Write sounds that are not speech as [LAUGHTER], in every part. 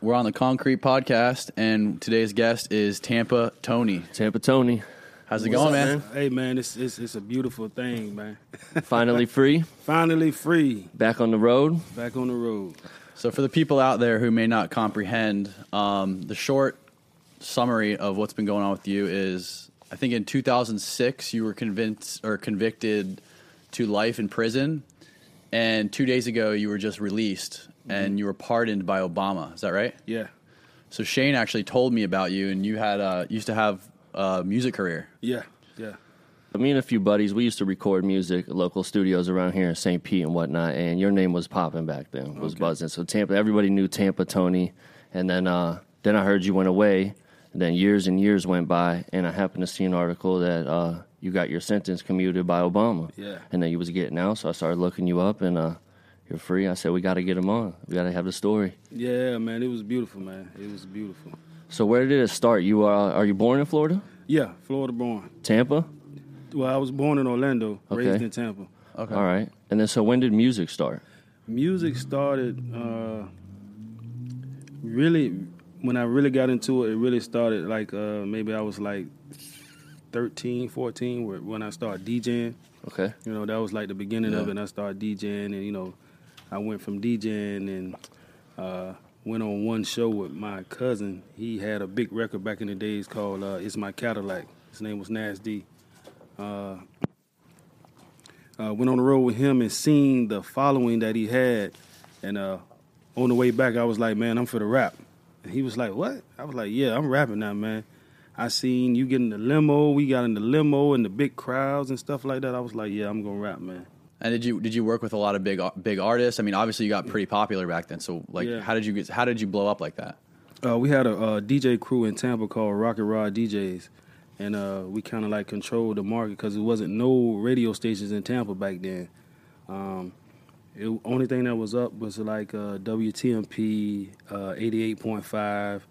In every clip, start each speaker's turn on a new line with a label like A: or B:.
A: We're on the Concrete Podcast, and today's guest is Tampa Tony.
B: Tampa Tony,
A: How's it going,
C: up,
A: man?
C: Hey man, it's, it's it's a beautiful thing, man.
B: finally free,
C: Finally free,
B: back on the road.
C: back on the road.
A: So, for the people out there who may not comprehend, um, the short summary of what's been going on with you is I think in 2006, you were convinced or convicted to life in prison, and two days ago, you were just released and you were pardoned by Obama. Is that right?
C: Yeah,
A: So, Shane actually told me about you, and you had uh, used to have a music career.
C: yeah, yeah.
B: Me and a few buddies, we used to record music at local studios around here in St. Pete and whatnot. And your name was popping back then, was buzzing. So Tampa, everybody knew Tampa Tony. And then, uh, then I heard you went away. And then years and years went by, and I happened to see an article that uh, you got your sentence commuted by Obama.
C: Yeah.
B: And then you was getting out, so I started looking you up, and uh, you're free. I said we got to get him on. We got to have the story.
C: Yeah, man, it was beautiful, man. It was beautiful.
B: So where did it start? You are are you born in Florida,
C: Yeah, Florida born.
B: Tampa?
C: Well, I was born in Orlando, raised
B: Okay.
C: in Tampa.
A: Okay.
B: All right. And then, so when did music start?
C: Music started uh, really when I really got into it. It really started like uh, maybe I was like 13, 14 where- when I started DJing.
B: Okay.
C: You know, that was like the beginning of
B: Yeah.
C: it. And I started DJing, and you know, I went from DJing and uh, went on one show with my cousin. He had a big record back in the days called uh, "It's My Cadillac." His name was Nas D. Uh, uh, went on the road with him and seen the following that he had, and uh, on the way back, I was like, "Man, I'm for the rap." And he was like, "What?" I was like, "Yeah, I'm rapping now, man." I seen you get in the limo. We got in the limo and the big crowds and stuff like that. I was like, "Yeah, I'm gonna rap, man."
A: And did you did you work with a lot of big big artists? I mean, obviously you got pretty popular back then. So like,
C: Yeah.
A: how did you get how did you blow up like that?
C: uh, we had a, uh DJ crew in Tampa called Rocket Rod DJs, and uh, we kind of like controlled the market because there wasn't no radio stations in Tampa back then. Um, it, only thing that was up was like uh, WTMP uh, eighty eight point five.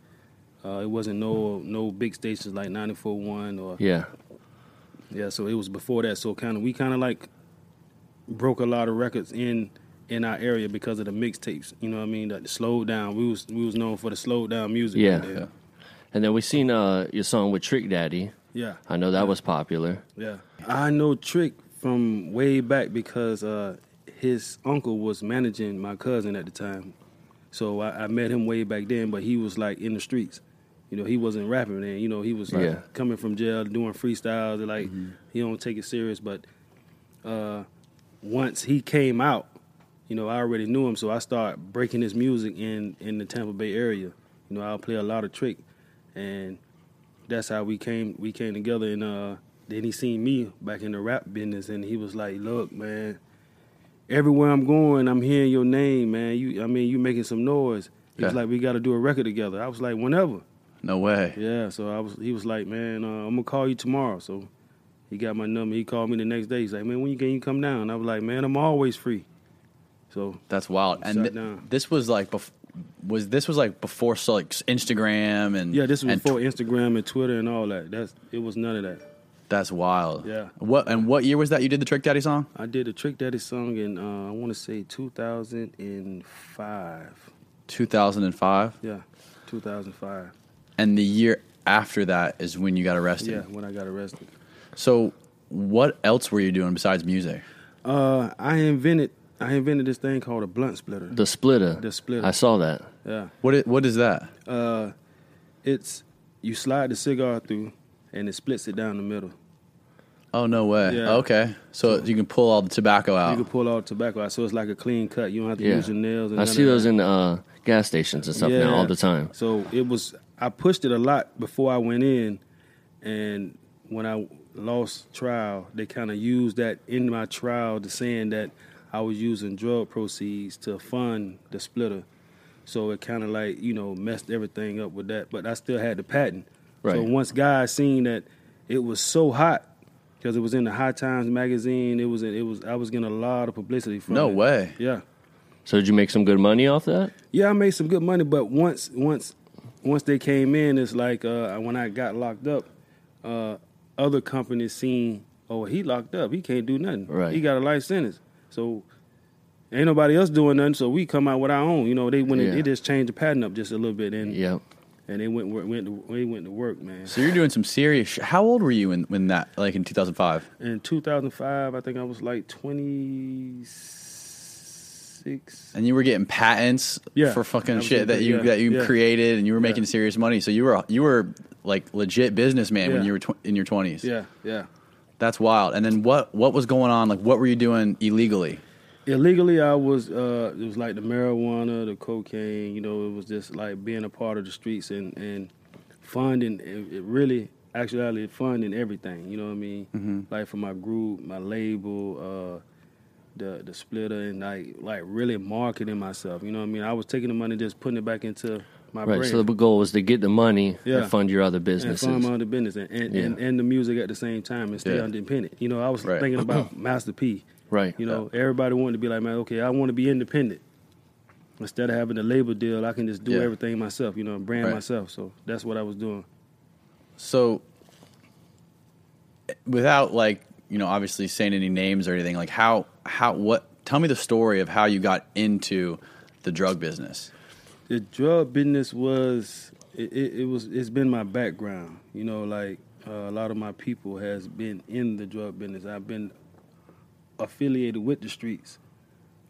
C: Uh, it wasn't no no big stations like 94.1 or
B: Yeah.
C: yeah, so it was before that. So kind of we kind of like broke a lot of records in in our area because of the mixtapes. You know what I mean? That slowed down. We was we was known for the slowed down music.
B: Yeah.
C: back then.
A: Yeah.
B: And then we seen uh, your song with Trick Daddy.
C: yeah,
B: I know that was popular.
C: yeah. I know Trick from way back because uh, his uncle was managing my cousin at the time. So I, I met him way back then, but he was like in the streets. You know, he wasn't rapping then. You know, he was like
B: Yeah.
C: coming from jail, doing freestyles. and, Like he don't take it serious, but uh, once he came out, you know, I already knew him, so I started breaking his music in in the Tampa Bay area. You know, I'll play a lot of Trick, and that's how we came we came together. And uh, then he seen me back in the rap business, and he was like, "Look, man, everywhere I'm going, I'm hearing your name, man. You, I mean, you making some noise." He was
A: Yeah.
C: like, "We got to do a record together." I was like, "Whenever."
A: No way.
C: Yeah, so I was. He was like, "Man, uh, I'm gonna call you tomorrow." So he got my number. He called me the next day. He's like, "Man, when you can you come down?" I was like, "Man, I'm always free." So
A: That's wild. And
C: Shut
A: th-
C: down.
A: this was like bef- was this was like before so like Instagram and
C: yeah, this was
A: and
C: before
A: tw-
C: Instagram and Twitter and all that. That's it was none of that.
A: that's wild.
C: Yeah.
A: What and what year was that you did the Trick Daddy song?
C: I did a Trick Daddy song in uh, I want to say 2005.
A: 2005.
C: Yeah, 2005.
A: And the year after that is when you got arrested.
C: Yeah, when I got arrested.
A: So what else were you doing besides music?
C: Uh, I invented I invented this thing called a blunt splitter.
B: The Splitter.
C: The Splitter.
B: I saw that.
C: yeah.
A: What is, what is that?
C: Uh, it's you slide the cigar through, and it splits it down the middle.
A: Oh no way.
C: Yeah.
A: Okay. So, you can pull all the tobacco out.
C: You can pull all the tobacco out, so it's like a clean cut. You don't have to
B: Oh. Yeah.
C: use your nails. And
B: I
C: none
B: see
C: of
B: those
C: that.
B: in uh, gas stations and stuff now all the time.
C: So it was. I pushed it a lot before I went in, and when I lost trial, they kind of used that in my trial to saying that I was using drug proceeds to fund the splitter. So it kind of like you know messed everything up with that. But I still had the patent. So
B: Right.
C: once guys seen that it was so hot because it was in the High Times magazine. It was it was I was getting a lot of publicity from
A: No
C: it.
A: way.
C: Yeah.
B: So did you make some good money off that?
C: Yeah, I made some good money, but once once once they came in, it's like uh, when I got locked up, uh, other companies seen, oh, he locked up, he can't do nothing.
B: Right.
C: He got a life sentence. So Ain't nobody else doing nothing, so we come out with our own. You know, they went and-
B: Yeah.
C: they just changed the pattern up just a little bit, and
B: Yep.
C: and they went wor- went to, they went to work, man.
A: So you're doing some serious. Sh- How old were you in when that like in 2005?
C: In 2005, I think I was like 26.
A: And you were getting patents
C: Yeah.
A: for fucking
C: I was
A: shit
C: getting-
A: that you
C: yeah,
A: that you
C: yeah.
A: created, and you were making serious money. So you were you were like legit businessman when
C: Yeah.
A: you were tw- in your 20s.
C: Yeah, yeah.
A: That's wild. And then what what was going on? Like what were you doing illegally?
C: Illegally, I was. Uh, it was like the marijuana, the cocaine. You know, it was just like being a part of the streets and and funding. It, it really, actually, funding everything. You know what I mean?
B: Mm-hmm.
C: Like for my group, my label, uh, the the splitter, and like like really marketing myself. You know what I mean? I was taking the money, just putting it back into my
B: Right.
C: brand.
B: So the goal was to get the money
C: Yeah.
B: and fund your other
C: and
B: businesses.
C: farm out the business and and,
B: Yeah.
C: and and the music at the same time and stay
A: Yeah.
C: independent. You know, I was
A: Right.
C: thinking
A: [CLEARS THROAT]
C: about Master P.
B: Right.
C: You know, everybody wanted to be like, man, okay, I want to be independent. Instead of having a label deal, I can just do
A: Yeah.
C: everything myself. You know, and brand
A: Right.
C: myself. So that's what I was doing.
A: So without like you know obviously saying any names or anything, like how how what? Tell me the story of how you got into the drug business.
C: the drug business was it, it, it was it's been my background you know like uh, a lot of my people has been in the drug business i've been affiliated with the streets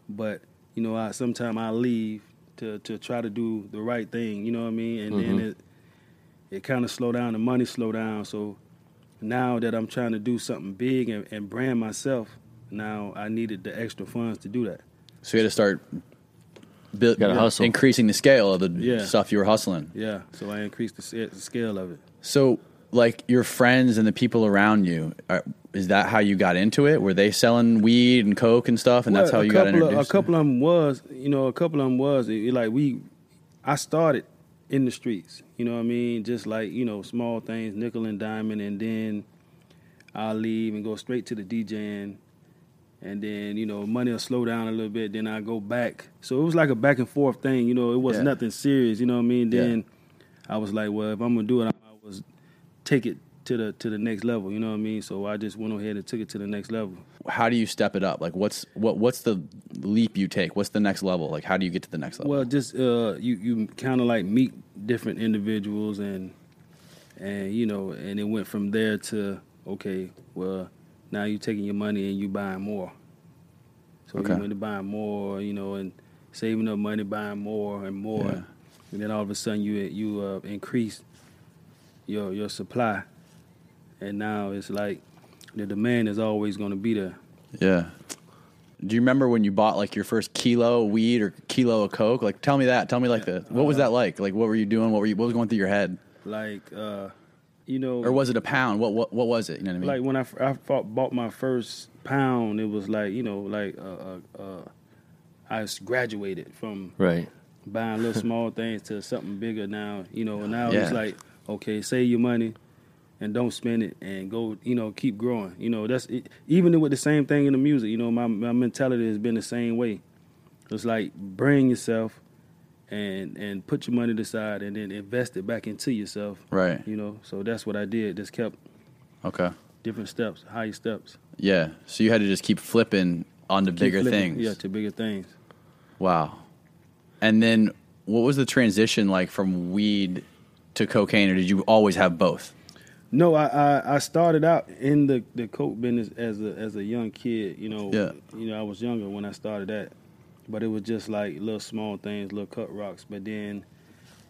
C: but you know i sometimes i leave to, to try to do the right thing you know what i mean and then it it kind of slow down the money slow down so now that i'm trying to do something big and, and brand myself now i needed the extra funds to do that
A: So you had to start. Build,
B: Gotta hustle.
A: increasing the scale of the
C: Yeah.
A: stuff you were hustling.
C: yeah so i increased the, s- the scale of it
A: So, like your friends and the people around you, are, is that how you got into it? Were they selling weed and coke and stuff, and that's how
C: Well,
A: you
C: a
A: got
C: couple
A: introduced?
C: Of, a couple of them was, you know, a couple of them was it- it like we. I started in the streets, you know what I mean, just like you know small things, nickel and diamond, and then I leave and go straight to the DJing, and then you know money will slow down a little bit. Then I go back, so it was like a back and forth thing, you know. It was
A: Yeah.
C: nothing serious, you know what I mean.
A: Yeah.
C: Then I was like, well, if I'm gonna do it, I was take it to the to the next level, you know what I mean. So I just went ahead and took it to the next level.
A: How do you step it up? Like, what's what what's the leap you take? What's the next level? Like, how do you get to the next level?
C: Well, just uh, you you kind of like meet different individuals and and you know, and it went from there to okay, well, now you're taking your money and you buying more. So
A: Okay.
C: you went to buying more, you know, and saving up money, buying more and more,
A: Yeah.
C: and then all of a sudden you you uh, increase your your supply, and now it's like the demand is always going to be there.
A: yeah. Do you remember when you bought like your first kilo of weed or kilo of coke? Like, tell me that. Tell me like the
C: Uh,
A: what was that like? Like, what were you doing? What were you? What was going through your head?
C: Like, uh, you know,
A: Or was it a pound? What what what was it? You know what I mean?
C: Like when I, f- I fought, bought my first pound, it was like you know, like uh, uh, uh, I s- graduated from
B: Right.
A: [LAUGHS]
C: buying little small things to something bigger now. You know, and now
A: Yeah.
C: it's like okay, save your money and don't spend it, and go you know keep growing. You know that's it, even with the same thing in the music. You know, my my mentality has been the same way. It's like bring yourself and and put your money aside and then invest it back into yourself.
A: right.
C: You know, so that's what I did. Just kept
A: Okay.
C: different steps, higher steps.
A: Yeah. So you had to just keep flipping onto
C: Keep
A: bigger
C: flipping,
A: things.
C: Yeah, to bigger things.
A: Wow. And then what was the transition like from weed to cocaine, or did you always have both?
C: No, I, I, I started out in the, the coke business as a as a young kid. You know,
A: Yeah.
C: you know, I was younger when I started that, but it was just like little small things, little cut rocks. But then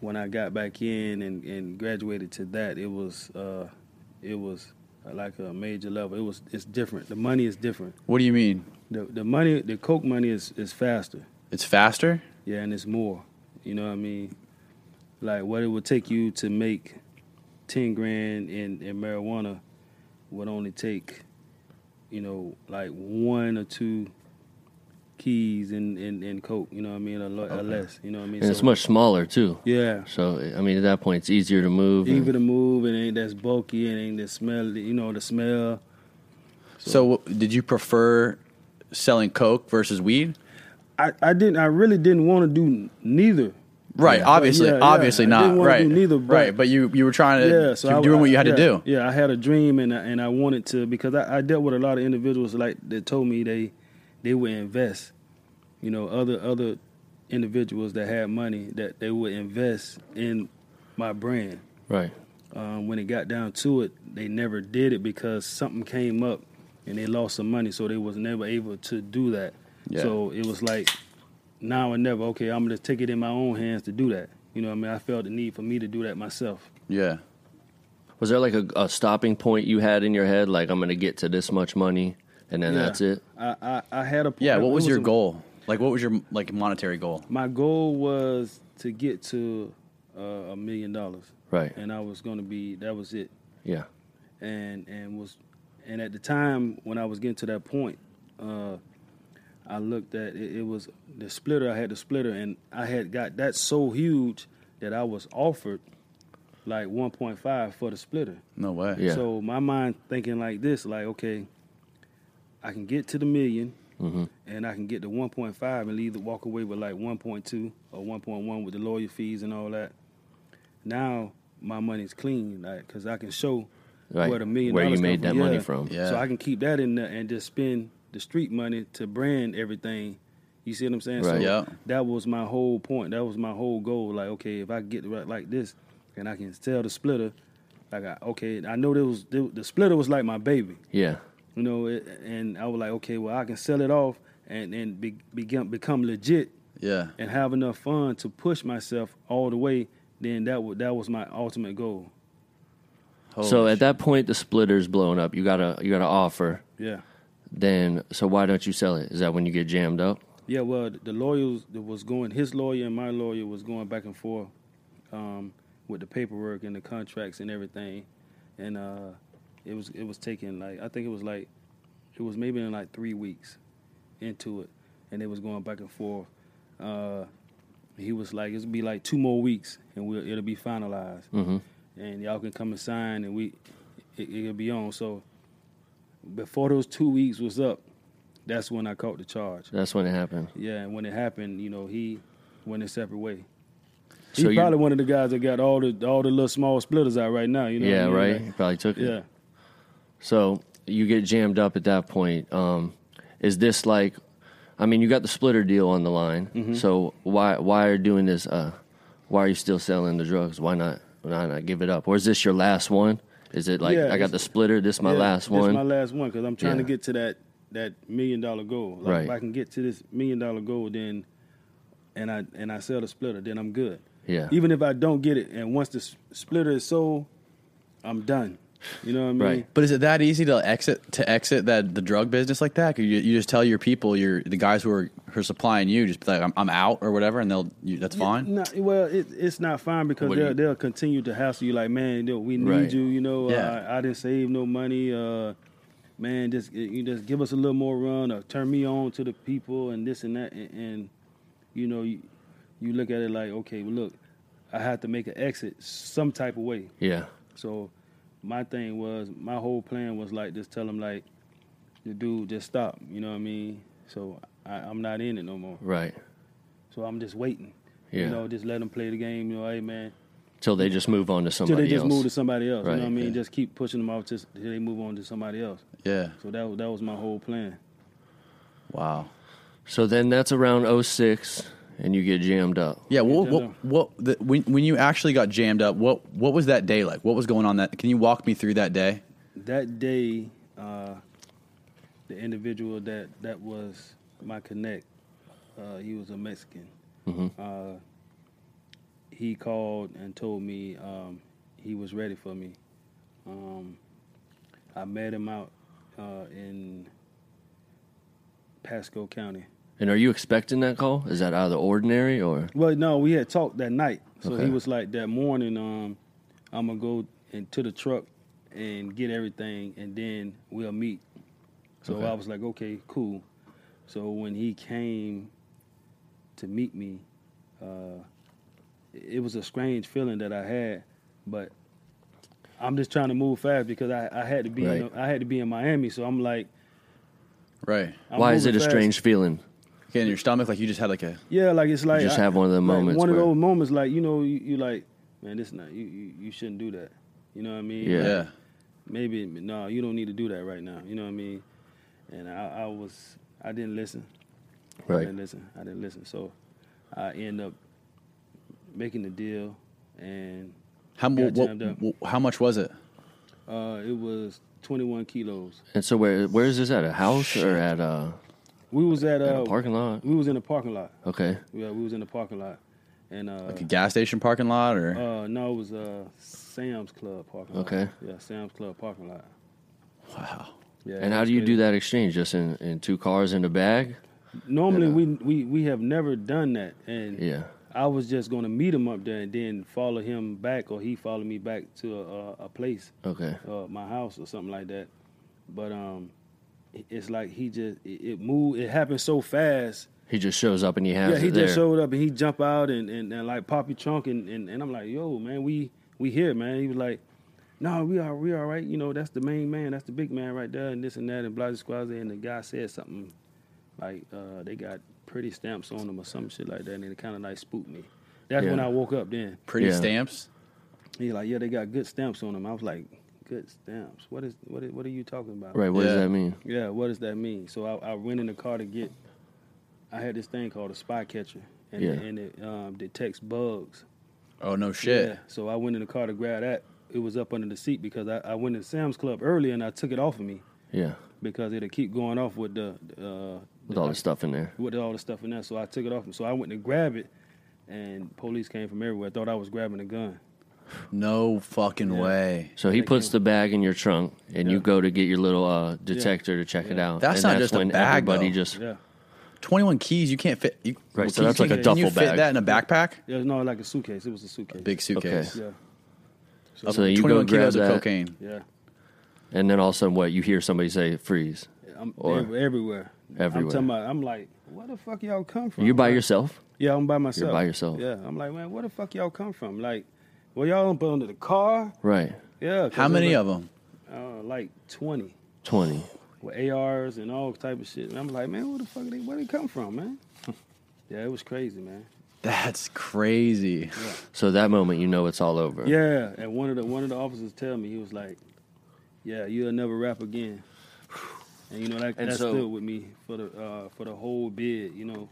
C: when I got back in and, and graduated to that, it was uh, it was like a major level. It was it's different. The money is different.
A: What do you mean?
C: The the money, the coke money is is faster.
A: It's faster?
C: Yeah, and it's more. You know what I mean? Like what it would take you to make ten grand in, in marijuana would only take, you know, like one or two keys in, in, in coke, you know what I mean, or, lo- or less. You know what I mean?
B: And it's much smaller too.
C: Yeah.
B: So I mean, at that point, it's easier to move. and-
C: Even to move, it ain't that's bulky, it ain't that smell you know, the smell.
A: So, wh- did you prefer selling coke versus weed?
C: I, I didn't I really didn't want to do neither.
A: Right,
C: Yeah.
A: obviously,
C: Yeah, yeah.
A: obviously
C: I
A: not.
C: didn't wanna
A: right,
C: do neither, but-
A: right. But you you were trying to
C: yeah,
A: yeah,
C: so
A: you
C: I,
A: were doing what you had
C: yeah,
A: to do.
C: Yeah, I had a dream, and I, and I wanted to because I, I dealt with a lot of individuals like that told me they they would invest, you know, other other individuals that had money that they would invest in my brand.
B: Right.
C: Um, when it got down to it, they never did it because something came up and they lost some money, so they was never able to do that.
A: Yeah.
C: So it was like now or never. Okay, I'm gonna take it in my own hands to do that. You know, what I mean, I felt the need for me to do that myself.
A: Yeah.
B: Was there like a, a stopping point you had in your head? Like I'm going to get to this much money, and then
C: Yeah.
B: that's it.
C: I, I, I had a
A: Yeah.
C: it-
A: What
C: it
A: was your
C: a-
A: goal? Like, what was your like monetary goal?
C: My goal was to get to uh, a million dollars,
B: Right.
C: and I was gonna be that was it.
B: Yeah.
C: and and was and at the time when I was getting to that point, uh, I looked at it, it was the splitter. I had the splitter, and I had got that so huge that I was offered like 1.5 for the splitter.
A: No way.
B: Yeah.
C: So my mind thinking like this, like okay, I can get to the 1000000 and I can get to 1.5 and either walk away with like 1.2 or 1.1 with the lawyer fees and all that. Now my money's clean, like because I can show
B: Right.
C: where the million
B: Where you
C: dollars come
B: made that
C: from.
B: money
C: Yeah.
B: from.
A: Yeah.
C: So I can keep that in there and just spend the street money to brand everything. You see what I'm saying? So
B: Right.
A: Yeah.
C: that was my whole point. That was my whole goal. Like, okay, if I can get right like this and I can sell the splitter, like, I, okay, I know there was the, the splitter was like my baby,
B: Yeah.
C: you know, it, and I was like, okay, well, I can sell it off and, and be, become, become legit
A: Yeah.
C: and have enough fun to push myself all the way. Then that, wa- that was my ultimate goal. Oh,
A: Holy
B: so at
A: sh-
B: that point, the splitter's blown up. You got to you got to offer.
C: Yeah.
B: Then so why don't you sell it? Is that when you get jammed up?
C: Yeah, well, th- the lawyers that was going, his lawyer and my lawyer was going back and forth um, with the paperwork and the contracts and everything, and uh, it was it was taking like I think it was like it was maybe in like three weeks into it, and they was going back and forth. Uh, he was like, "It'll be like two more weeks, and we'll, it'll be finalized,
B: Mhm.
C: and y'all can come and sign, and we it, it'll be on." So before those two weeks was up, that's when I caught the charge.
B: That's when it happened.
C: Yeah, and when it happened, you know, he went his separate way.
B: So
C: He's
B: you-
C: probably one of the guys that got all the all the little small splitters out right now. You know, what I
B: yeah.
C: mean?
B: Right.
C: Like,
B: Probably took it.
C: yeah,
B: So you get jammed up at that point. Um, is this like, I mean, you got the splitter deal on the line.
C: Mm-hmm.
B: So why why are you doing this? Uh, why are you still selling the drugs? Why not? Why not give it up? Or is this your last one? Is it like
C: Yeah,
B: I
C: it's-
B: got the splitter? This my
C: Yeah,
B: last
C: this
B: one.
C: my last one because I'm trying to
B: Yeah.
C: get to that that million dollar goal. Like,
B: Right.
C: If I can get to this million dollar goal, then and I and I sell the splitter, then I'm good.
B: yeah.
C: Even if I don't get it, and once the s- splitter is sold, I'm done. You know what I mean?
B: Right.
A: But is it that easy to exit to exit that the drug business like that? Could you, you just tell your people, your the guys who are who are supplying you, just be like, I'm, I'm out or whatever, and they'll you, that's fine.
C: No, well, it, it's not fine because
B: What do
C: they'll,
B: you-
C: they'll continue to hassle you like, man, you know, we need
B: Right.
C: you. You know, uh,
A: Yeah.
C: I, I didn't save no money. Uh, man, just eh, you just give us a little more run or turn me on to the people and this and that. And, and you know, you, you look at it like, okay, well, look, I have to make an exit some type of way.
B: yeah.
C: So my thing was, my whole plan was like, just tell them like, the dude just stop. You know what I mean? So I, I'm not in it no more.
B: Right.
C: So I'm just waiting.
B: Yeah.
C: You know, just let them play the game. You know, hey man,
B: Till they just move on to
C: till
B: somebody
C: they just
B: else.
C: move to somebody else. you
B: Right,
C: know what I mean?
B: yeah.
C: Just keep pushing them off till till they move on to somebody else.
A: Yeah.
C: So that was- that was my whole plan.
A: Wow.
B: so then that's around 06 and you get jammed up.
A: Yeah. What
C: Yeah,
A: what what the, when when you actually got jammed up? What what was that day like? What was going on? That can you walk me through that day?
C: That day, uh, the individual that that was my connect, uh, he was a Mexican.
B: Mm-hmm.
C: Uh, he called and told me um, he was ready for me. Um, I met him out uh, in Pasco County.
B: And are you expecting that call? Is that out of the ordinary or?
C: Well, no, we had talked that night. So
B: Okay.
C: he was like, that morning, um, I'm gonna go into the truck and get everything, and then we'll meet. So
B: Okay.
C: I was like, okay, cool. So when he came to meet me, uh, it was a strange feeling that I had, but I'm just trying to move fast because I, I had to be in,
B: Right.
C: I had to be in Miami. So I'm like,
A: Right.
C: I'm
B: why is it a
C: moving fast.
B: strange feeling?
A: Okay, in your stomach, like you just had like a
C: Yeah, like it's like
B: just have one of them
C: like,
B: moments
C: One of
B: where-
C: those moments, like you know, you, you like, man, this not you, you. You shouldn't do that. You know what I mean?
B: Yeah.
A: yeah.
C: Maybe no, you don't need to do that right now. You know what I mean? And I, I was, I didn't listen.
B: Right.
C: I didn't listen. I didn't listen. So I end up making the deal, and
A: How, mu-
C: Got
A: what,
C: jammed up.
A: wh- how much was it?
C: uh, it was 21 kilos.
B: And so where where is this at? A house or at a,
C: We was at,
B: at
C: uh,
B: a parking lot?
C: We was in the parking lot.
B: Okay.
C: Yeah, we was in the parking lot, and uh,
A: Like a gas station parking lot or?
C: uh, no, it was uh, Sam's Club parking lot.
B: Okay.
C: Yeah, Sam's Club parking lot.
A: wow.
C: Yeah.
B: And how do you do that exchange? Just in, in two cars in the bag?
C: Normally,
B: Yeah.
C: we, we we have never done that, and
B: Yeah.
C: I was just gonna meet him up there and then follow him back, or he followed me back to a, a place,
B: Okay.
C: uh, my house, or something like that. But um, it- it's like he just it, it moved. It happened so fast.
B: He just shows up and he has
C: yeah, he
B: it there.
C: just showed up and he jump out and, and, and like pop your trunk and, and, and I'm like, yo, man, we we here, man. He was like, no, we are we all right. You know, that's the main man, that's the big man right there, and this and that, and blah squad. And the guy said something like uh, they got pretty stamps on them or some shit like that, and it kind of like spooked me. That's when
B: Yeah.
C: I woke up. Then
A: Pretty
B: Yeah.
A: stamps.
C: he's like, yeah, they got good stamps on them. I was like, good stamps. What is what is, what are you talking about?
B: right. What does
A: Yeah.
B: that mean?
C: Yeah, what does that mean? So I, I went in the car to get. I had this thing called a spy catcher, and,
B: Yeah.
C: and it um, detects bugs.
A: Oh, no shit.
C: Yeah. So I went in the car to grab that. It was up under the seat because I, I went to Sam's Club earlier and I took it off of me
B: Yeah.
C: because it'll keep going off with the uh,
B: With all the stuff in there.
C: with all the stuff in there. So I took it off. So I went to grab it, and police came from everywhere. thought I was grabbing a gun.
A: No fucking
C: Yeah.
A: way.
B: So he
C: Thank
B: puts
C: you.
B: the bag in your trunk, and you
C: Yeah.
B: go to get your little uh, detector to check it
C: Yeah.
B: out.
A: That's
B: and
A: not just a
B: when
A: bag,
B: Everybody
A: though.
B: just
C: Yeah.
A: 21 keys, you can't fit. You,
B: Right, so
A: keys,
B: that's like
A: can-
B: a
A: can you
B: duffel
A: fit
B: bag.
A: that in a backpack?
C: It was no like a suitcase. It was a suitcase.
A: Big suitcase.
B: Okay.
C: Yeah.
B: so then you go
A: 21
B: grab
A: kilos
B: that,
A: of cocaine.
C: Yeah.
B: and then all of a sudden, what you hear somebody say, "Freeze!"
C: I'm
B: Or-
C: ev- everywhere. I'm
B: Everywhere.
C: talking about. I'm like, where the fuck y'all come from?
B: You by
C: Like,
B: yourself?
C: Yeah, I'm by myself.
B: by yourself.
C: Yeah, I'm like, man, where the fuck y'all come from? Like, well, y'all up under the car?
B: Right.
C: Yeah. 'cause
A: How many
C: it
A: of
C: was,
A: them?
C: Uh, like twenty
B: Twenty.
C: with ARs and all type of shit. And I'm like, man, where the fuck they where they come
B: [LAUGHS]
C: from, man? yeah, it was crazy, man.
A: That's crazy.
B: So that moment, you know it's all over.
C: Yeah, and one of the one of the officers tell me he was like, yeah, you'll never rap again. And you know that,
B: And
C: that
B: so-
C: stood with me for the uh, for the whole bid, you know.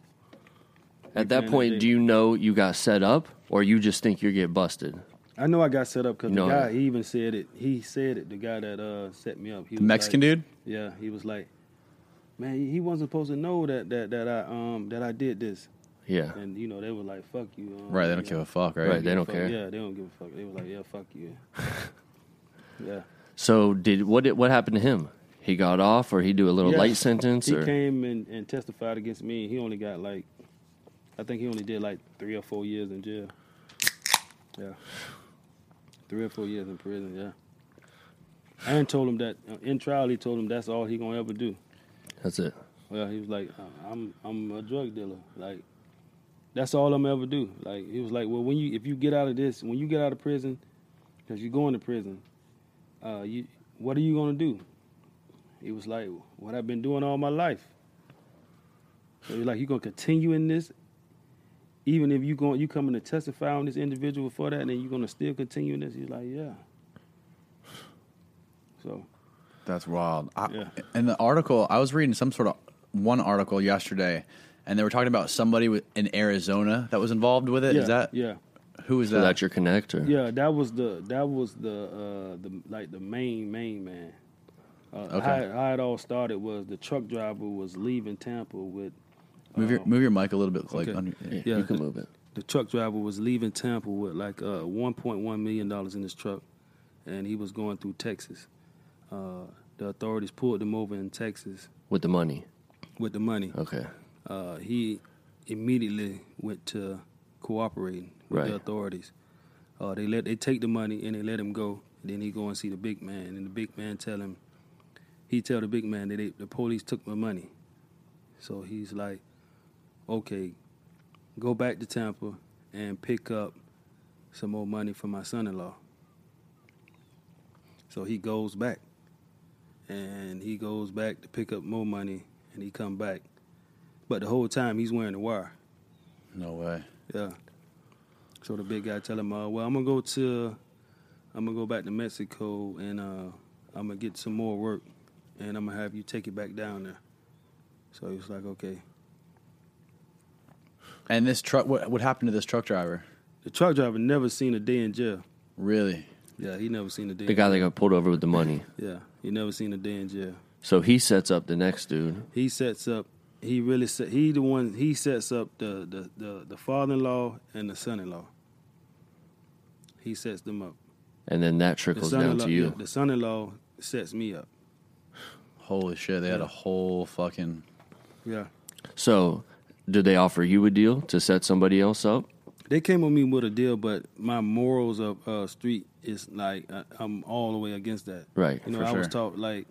B: At that
C: Replaying
B: point,
C: that
B: do you know you got set up, or you just think you get busted?
C: I know I got set up because
B: No.
C: the guy he even said it. He said it. The guy that uh, set me up. He
A: The Mexican dude?
C: Yeah, he was like, man, he wasn't supposed to know that that that I um that I did this.
B: Yeah.
C: And you know they were like, fuck you. Um,
A: Right, they don't
C: you
A: give
C: know,
A: a fuck, right?
B: Right, they
C: give
B: don't
C: a fuck.
B: care.
C: Yeah, they don't give a fuck. They were like, yeah, fuck
A: [LAUGHS]
C: you. yeah.
B: So did what? Did, what happened to him? He got off, or he do a little
C: Yeah.
B: light sentence,
C: He
B: or
C: came and, and testified against me. He only got like, I think he only did like three or four years in jail. Yeah, three or four years in prison. Yeah, and told him that uh, in trial he told him that's all he gonna ever do.
B: that's it.
C: Well, he was like, "I- I'm I'm a drug dealer. Like, that's all I'm ever do. Like, he was like, well, when you if you get out of this, when you get out of prison, because you're going to prison, uh, you what are you gonna do? He was like, what I've been doing all my life. So he was like, you gonna continue in this, even if you going you coming to testify on this individual for that, and then you gonna still continue in this. He's like, yeah. So
A: That's wild. I,
C: Yeah.
A: In the article, I was reading some sort of one article yesterday, and they were talking about somebody with, in Arizona that was involved with it. Is
C: yeah,
A: that
C: yeah.
A: who is
B: So
A: that?
B: that's your connector.
C: Yeah, that was the that was the uh the like the main main man. Uh, how,
A: Okay.
C: it- how it all started was the truck driver was leaving Tampa with
A: move your move your mic a little bit, like
C: Okay.
A: under, yeah.
B: You can move it.
C: the truck driver was leaving Tampa with like uh 1.1 million dollars in his truck, and he was going through Texas. Uh, the authorities pulled him over in Texas
B: with the money.
C: with the money.
B: Okay.
C: uh, he immediately went to cooperating with
B: Right.
C: the authorities. Uh, they let they take the money and they let him go. Then he go and see the big man, and the big man tell him, he tell the big man that they, the police took my money. So he's like, okay, go back to Tampa and pick up some more money for my son-in-law. So he goes back, and he goes back to pick up more money, and he come back. But the whole time he's wearing the wire.
A: No way.
C: Yeah. So the big guy tell him, uh, well, I'm gonna go to, I'm gonna go back to Mexico and uh, I'm gonna get some more work, and I'm gonna have you take it back down there. So he was like, okay.
A: And this truck, what, what happened to this truck driver?
C: The truck driver never seen a day in jail.
A: Really?
C: Yeah, he never seen a day.
B: The
C: in-
B: guy that got pulled over with the money.
C: Yeah, he never seen a day in jail.
B: So he sets up the next dude.
C: He sets up. He really set. He the one. He sets up the the the, the father-in-law and the son-in-law. He sets them up.
B: And then that
C: The
B: trickles down
C: son-in-law.
B: to you.
C: yeah, the son-in-law sets me up.
A: Holy shit! They had a whole fucking.
C: Yeah.
B: So, did they offer you a deal to set somebody else up?
C: They came with me with a deal, but my morals of uh, street is like I, I'm all the way against that.
B: Right,
C: You know,
A: for
C: I was
A: sure.
C: taught like,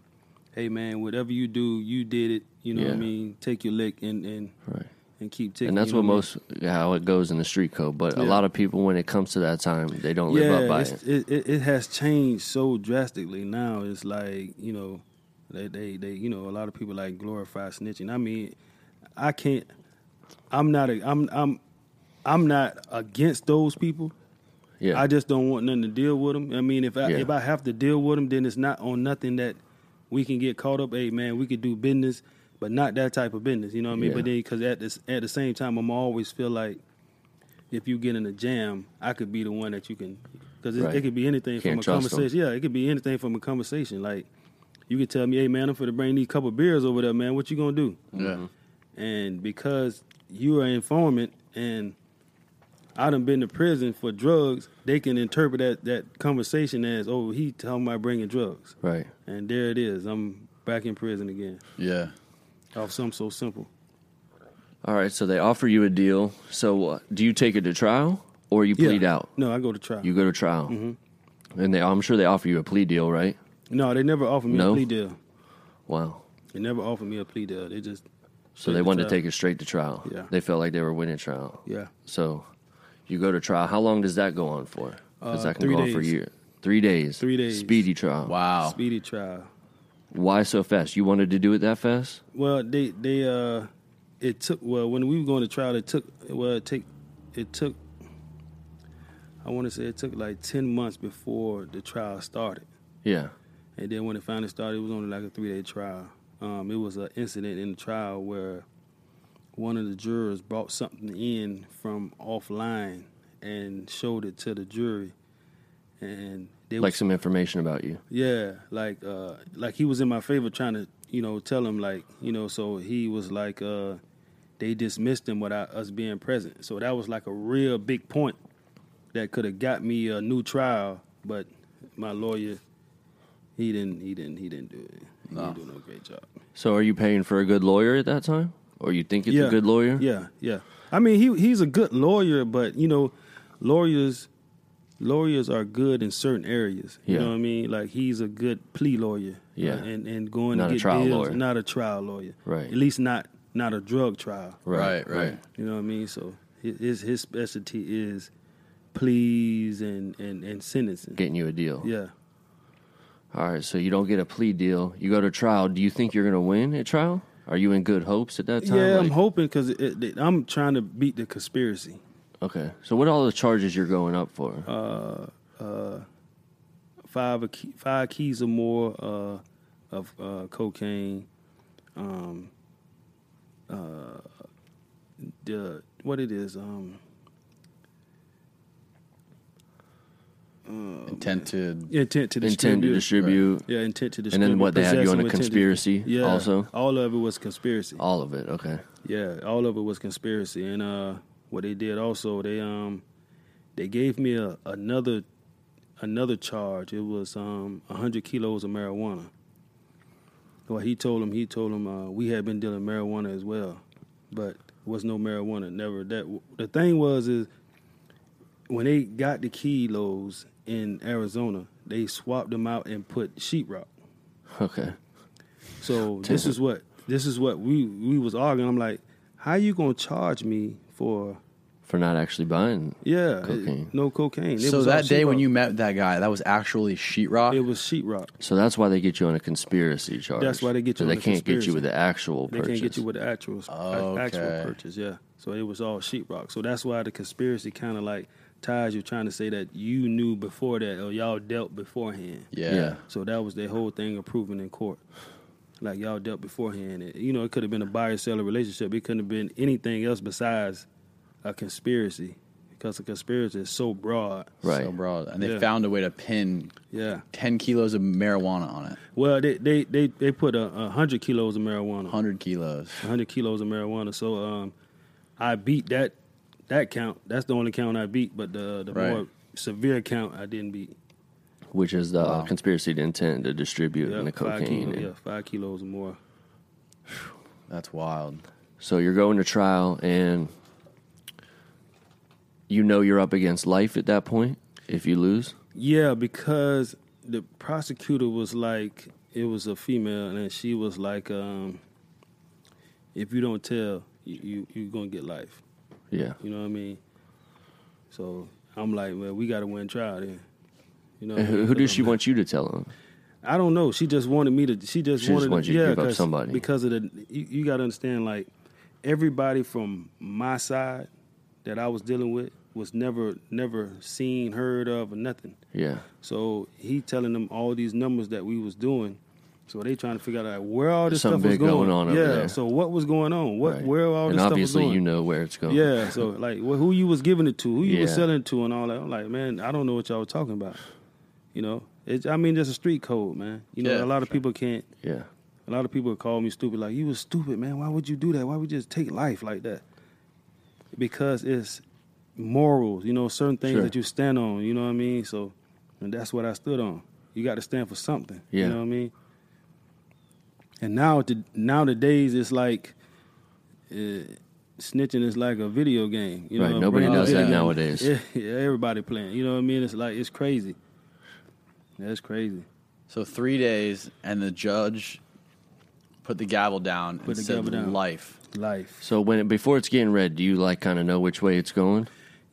C: hey man, whatever you do, you did it. You know what I
B: Yeah.
C: mean? Take your lick and and,
B: Right.
C: and keep ticking.
B: And that's
C: you know
B: what
C: I
B: most
C: mean?
B: how it goes in the street code. But a
C: Yeah.
B: lot of people, when it comes to that time, they don't live up by
C: it's-
B: it.
C: it, it. It has changed so drastically now. It's like you know, they, they they you know a lot of people like glorify snitching. I mean, I can't. I'm not. A, I'm I'm I'm not against those people.
B: Yeah.
C: I just don't want nothing to deal with them. I mean, if I
B: Yeah.
C: if I have to deal with them, then it's not on nothing that we can get caught up. Hey, man, we could do business, but not that type of business. You know what I mean?
B: Yeah.
C: But then, because at this at the same time, I'm always feel like if you get in a jam, I could be the one that you can because it,
B: Right.
C: it could be anything
B: Can't
C: from a
B: trust 'em.
C: conversation. Yeah, it could be anything from a conversation. Like you could tell me, hey, man, I'm for to bring these couple beers over there, man. What you gonna do?
B: Mm-hmm.
A: Yeah.
C: and because you are an informant and I done been to prison for drugs, they can interpret that, that conversation as, oh, he talking about bringing drugs.
B: right.
C: And there it is. I'm back in prison again
A: Yeah.
C: off something so simple.
B: All right. So they offer you a deal. So uh, do you take it to trial or you plead out?
C: No, I go to trial.
B: You go to trial.
C: Mm-hmm.
B: And they, I'm sure they offer you a plea deal, right?
C: no, they never offered me
B: No?
C: a plea deal.
B: Wow.
C: They never offered me a plea deal. They just.
B: So they wanted to take it straight to trial.
C: Yeah.
B: They felt like they were winning trial.
C: Yeah.
B: So you go to trial. How long does that go on for? Because
C: Uh,
B: that can
C: three
B: go on for
C: days.
B: year. Three days.
C: Three days.
B: Speedy trial.
A: Wow.
C: Speedy trial.
B: Why so fast? You wanted to do it that fast?
C: Well, they they uh, it took well when we were going to trial. It took well it take it took. I want to say it took like ten months before the trial started,
B: Yeah.
C: and then when it finally started, it was only like a three day trial. Um, it was an incident in the trial where one of the jurors brought something in from offline and showed it to the jury, and they
B: Like
C: was-
B: some information about you.
C: yeah, like uh like he was in my favor trying to, you know, tell him like, you know, so he was like uh they dismissed him without us being present. So that was like a real big point that could have got me a new trial, but my lawyer he didn't he didn't he didn't do it. He didn't do no great job.
B: So are you paying for a good lawyer at that time? Or you think it's a good lawyer?
C: Yeah, yeah. I mean, he he's a good lawyer, but you know, lawyers lawyers are good in certain areas. You
B: Yeah.
C: know what I mean? Like he's a good plea lawyer.
B: Yeah.
C: uh, and and going
B: Not a
C: to get
B: trial
C: deals,
B: lawyer.
C: not a trial lawyer.
B: Right.
C: At least not not a drug trial.
A: Right. Right.
C: You know what I mean? So hi- his his specialty is pleas and and and sentencing.
B: Getting you a deal.
C: yeah.
B: All right. So you don't get a plea deal. You go to trial. Do you think you're going to win at trial? Are you in good hopes at that time?
C: yeah, I'm
B: Like-
C: hoping because I'm trying to beat the conspiracy.
B: Okay. So what are all the charges you're going up for?
C: Uh, five a key, five keys or more uh, of uh, cocaine. Um, uh, the what it is? Um,
A: Intent to.
C: intent to distribute.
B: Intend to distribute.
C: Yeah, intent to
B: then
C: distribute.
B: what, they have you
C: possessing
B: on a
C: with intent to-
B: conspiracy
C: yeah,
B: also?
C: all of it was conspiracy.
B: All of it. Okay. [LAUGHS]
C: Yeah, all of it was conspiracy. And uh, what they did also, they um, they gave me a, another another charge. It was um, hundred kilos of marijuana. Well, he told him he told him uh, we had been dealing marijuana as well, but was no marijuana. Never that. The thing was is when they got the kilos in Arizona, they swapped them out and put sheetrock.
B: Okay.
C: So this is what this is what we we was arguing. I'm like, how you gonna charge me for
B: For not actually buying.
C: yeah
B: Cocaine.
C: no cocaine? It
A: So
C: was all
A: that day when
C: sheetrock.
A: you met that guy, that was actually sheetrock.
C: it was sheetrock.
B: So that's why they get you on a conspiracy charge.
C: That's why they get
B: So
C: you
B: they
C: on a
B: can't get you
C: conspiracy.
B: with the actual
C: They
B: purchase.
C: can't get you with the actual
A: Okay.
C: actual purchase. Yeah. So it was all sheetrock. So that's why the conspiracy kind of like ties you trying to say that you knew before that or y'all dealt beforehand.
A: yeah.
B: Yeah.
C: So that was their whole thing of proving in court. Like y'all dealt beforehand. It- you know, it could have been a buyer seller relationship. It couldn't have been anything else besides a conspiracy because a conspiracy is so broad.
B: Right.
A: So broad, and they
C: Yeah.
A: found a way to pin
C: Yeah.
A: ten kilos of marijuana on it.
C: Well, they they they, they put a, a hundred kilos of marijuana.
A: Hundred kilos.
C: 100 kilos of marijuana. So um, I beat that that count. That's the only count I beat. But the the
A: Right.
C: more severe count I didn't beat.
B: which is the uh, conspiracy to intend to distribute and the
C: five
B: cocaine.
C: kilos,
B: and-
C: yeah, five kilos or more.
A: That's wild.
B: So you're going to trial, and you know you're up against life at that point if you lose.
C: Yeah, because the prosecutor was like, it was a female, and she was like, um, if you don't tell, you, you you're gonna get life.
B: Yeah,
C: You know what I mean? So I'm like, well, we gotta win trial then. You know,
B: And who, who does she want you to tell on?
C: I don't know. She just wanted me to. She just
B: She just
C: wanted.
B: wanted you to
C: yeah,
B: give up
C: 'cause-
B: somebody.
C: because of the. You, you got to understand, like everybody from my side that I was dealing with was never, never seen, heard of, or nothing.
B: Yeah,
C: So he telling them all these numbers that we was doing. So they trying to figure out like, where all this
B: Something
C: stuff was
B: big going on over
C: yeah.
B: there.
C: So what was going on? What
B: Right.
C: where all
B: and
C: this stuff was
B: obviously
C: going?
B: you know where it's going. [LAUGHS]
C: Yeah, so like wh- who you was giving it to, who you was
B: Yeah.
C: selling it to, and all that. I'm like, man, I don't know what y'all was talking about. You know, it's I mean, there's a street code, man. You know,
A: Yeah,
C: a lot of people can't.
B: yeah,
C: A lot of people call me stupid. Like, you was stupid, man. Why would you do that? Why would you just take life like that? Because it's morals. You know, certain things
B: Sure.
C: that you stand on. You know what I mean? So, and that's what I stood on. You got to stand for something.
B: Yeah.
C: You know what I mean? And now, to, now the days it's like. Uh, Snitching is like a video game, you
B: Right,
C: know.
B: nobody
C: bringing
B: does
C: the
B: that
C: video-
B: nowadays.
C: [LAUGHS] Yeah, yeah, everybody playing. You know what I mean? It's like it's crazy. That's crazy.
A: So three days, and the judge put the gavel down
C: Put
A: and
C: the
A: said
C: gavel down.
A: life.
C: Life.
B: So when it, before it's getting read, do you like kind of know which way it's going?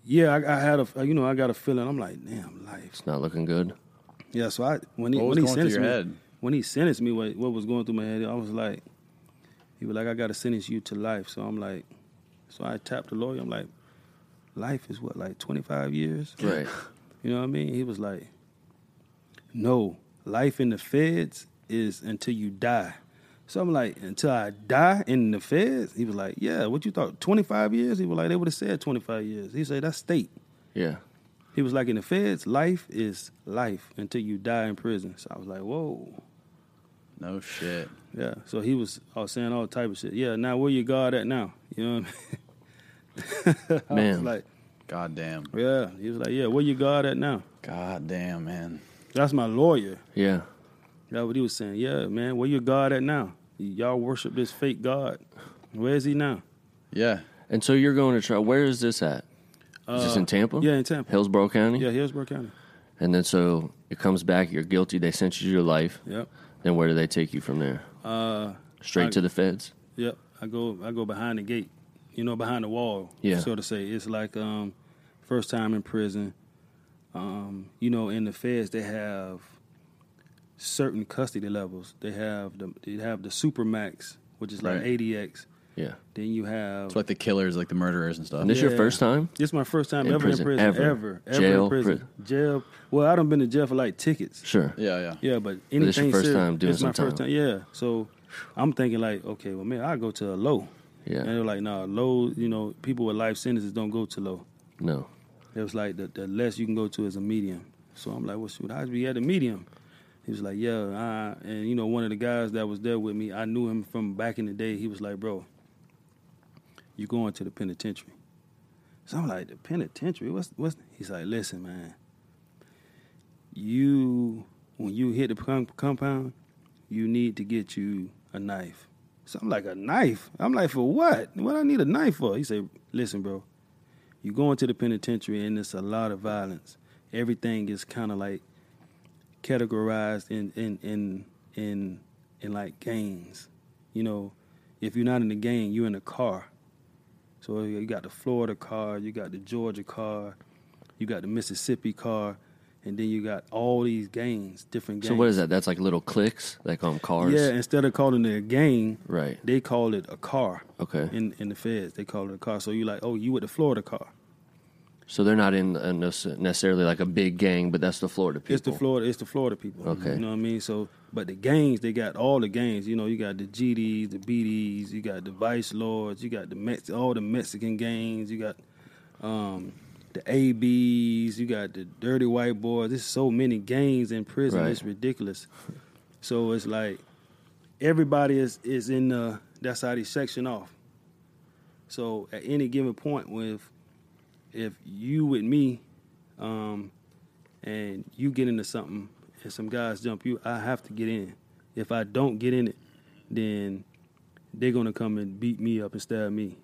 C: Yeah, I, I had a uh, you know I got a feeling. I'm like, damn, life.
B: It's not looking good.
C: Yeah, so I when he
A: What was going through
C: when he sentenced
A: your
C: me
A: head?
C: when he sentenced me what, what was going through my head, I was like, he was like, I got to sentence you to life. So I'm like, so I tapped the lawyer. I'm like, life is what like 25 years,
B: Right.
C: You know what I mean? He was like, no, life in the feds is until you die. So I'm like, until I die in the feds? He was like, yeah. What you thought? 25 years? He was like, they would have said 25 years. He said that's state.
B: Yeah.
C: He was like, in the feds, life is life until you die in prison. So I was like, whoa.
A: No shit.
C: Yeah. So he was all saying all type of shit. Yeah, now where your guard at now? You know what I mean? [LAUGHS] I
B: Man.
C: was like,
A: God damn.
C: yeah. He was like, yeah, where your guard at now?
A: God damn, man.
C: That's my lawyer.
B: Yeah.
C: That's what he was saying. Yeah, man, where your God at now? Y'all worship this fake God. Where is he now?
A: Yeah.
B: And so you're going to trial. Where is this at? Is this in Tampa?
C: Uh, Yeah, in Tampa.
B: Hillsborough County.
C: Yeah, Hillsborough County.
B: And then so it comes back. You're guilty. They sentence you to life.
C: Yep.
B: Then where do they take you from there?
C: Uh,
B: Straight
C: I-
B: to the feds.
C: yep. I go I go behind the gate, you know, behind the wall,
B: Yeah.
C: so to say. It's like um, first time in prison. Um, you know, in the feds they have certain custody levels. They have the they have the supermax, which is like
A: Right.
C: eighty X.
B: Yeah.
C: Then you have
A: It's like the killers, like the murderers and stuff.
B: And this your
C: Yeah.
B: first time?
C: This is my first time
B: In
C: ever
B: prison,
C: in prison.
B: ever.
C: Ever. Ever,
B: Jail,
C: in prison. jail. Well, I done been in jail for like tickets.
B: Sure.
A: Yeah, yeah.
C: Yeah, but anything
B: this your first
C: serious-
B: time doing
C: this my
B: some
C: first
B: time.
C: time. Yeah. So I'm thinking like, okay, well man, I go to a low.
B: Yeah.
C: And they're like, nah, low, you know, people with life sentences don't go to low.
B: No.
C: It was like the, the less you can go to is a medium. So I'm like, well shoot, I'd be at a medium. He was like, yeah, I, and you know, one of the guys that was there with me, I knew him from back in the day. He was like, bro, you going to the penitentiary. So I'm like, the penitentiary? What's what's he's like, listen, man, you when you hit the com- compound, you need to get you a knife. So I'm like, a knife? I'm like, for what? What I need a knife for? He said, listen, bro, you going to the penitentiary and it's a lot of violence. Everything is kind of like categorized in in in in in like gangs. You know, if you're not in the gang, you're in a car. So you got the Florida car, you got the Georgia car, you got the Mississippi car, and then you got all these gangs, different gangs.
B: So what is that? That's like little clicks. They call them cars.
C: Yeah, instead of calling it a gang,
B: Right.
C: they call it a car.
B: Okay.
C: In in the feds, they call it a car. So you like, oh, you with the Florida car.
B: So they're not in uh, nece- necessarily like a big gang, but that's the Florida people.
C: It's the Florida. It's the Florida people.
B: Okay.
C: you know what I mean. So, but the gangs, they got all the gangs. You know, you got the GDs, the BDs, you got the Vice Lords, you got the Mex, all the Mexican gangs, you got um, the ABs, you got the Dirty White Boys. There's so many gangs in prison.
B: Right.
C: It's ridiculous. So it's like everybody is is in the that's how they section off. So at any given point, with if you with me, um, and you get into something and some guys jump you, I have to get in. If I don't get in it, then they're gonna come and beat me up and stab me.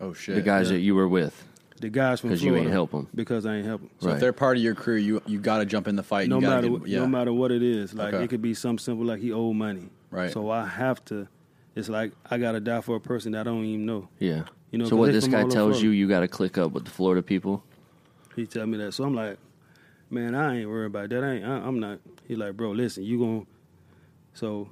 A: Oh shit!
B: the guys
C: yeah.
B: that you were with.
C: The guys from
B: 'Cause you ain't
C: Florida
B: help 'em.
C: because I ain't help them.
A: So
B: Right.
A: if they're part of your crew, you you got to jump in the fight.
C: no
A: you gotta
C: matter
A: get-
C: wh-
A: yeah.
C: no matter what it is, like
A: Okay.
C: it could be something simple like he owed money,
A: Right.
C: So I have to. It's like I gotta die for a person that I don't even know.
B: Yeah.
C: You know,
B: so
C: 'cause
B: what
C: they
B: this
C: from
B: guy
C: all over
B: tells
C: Florida.
B: you, you got to click up with the Florida people.
C: He tell me that, so I'm like, man, I ain't worried about that. I ain't. I, I'm not. He like, bro, listen, you gon' So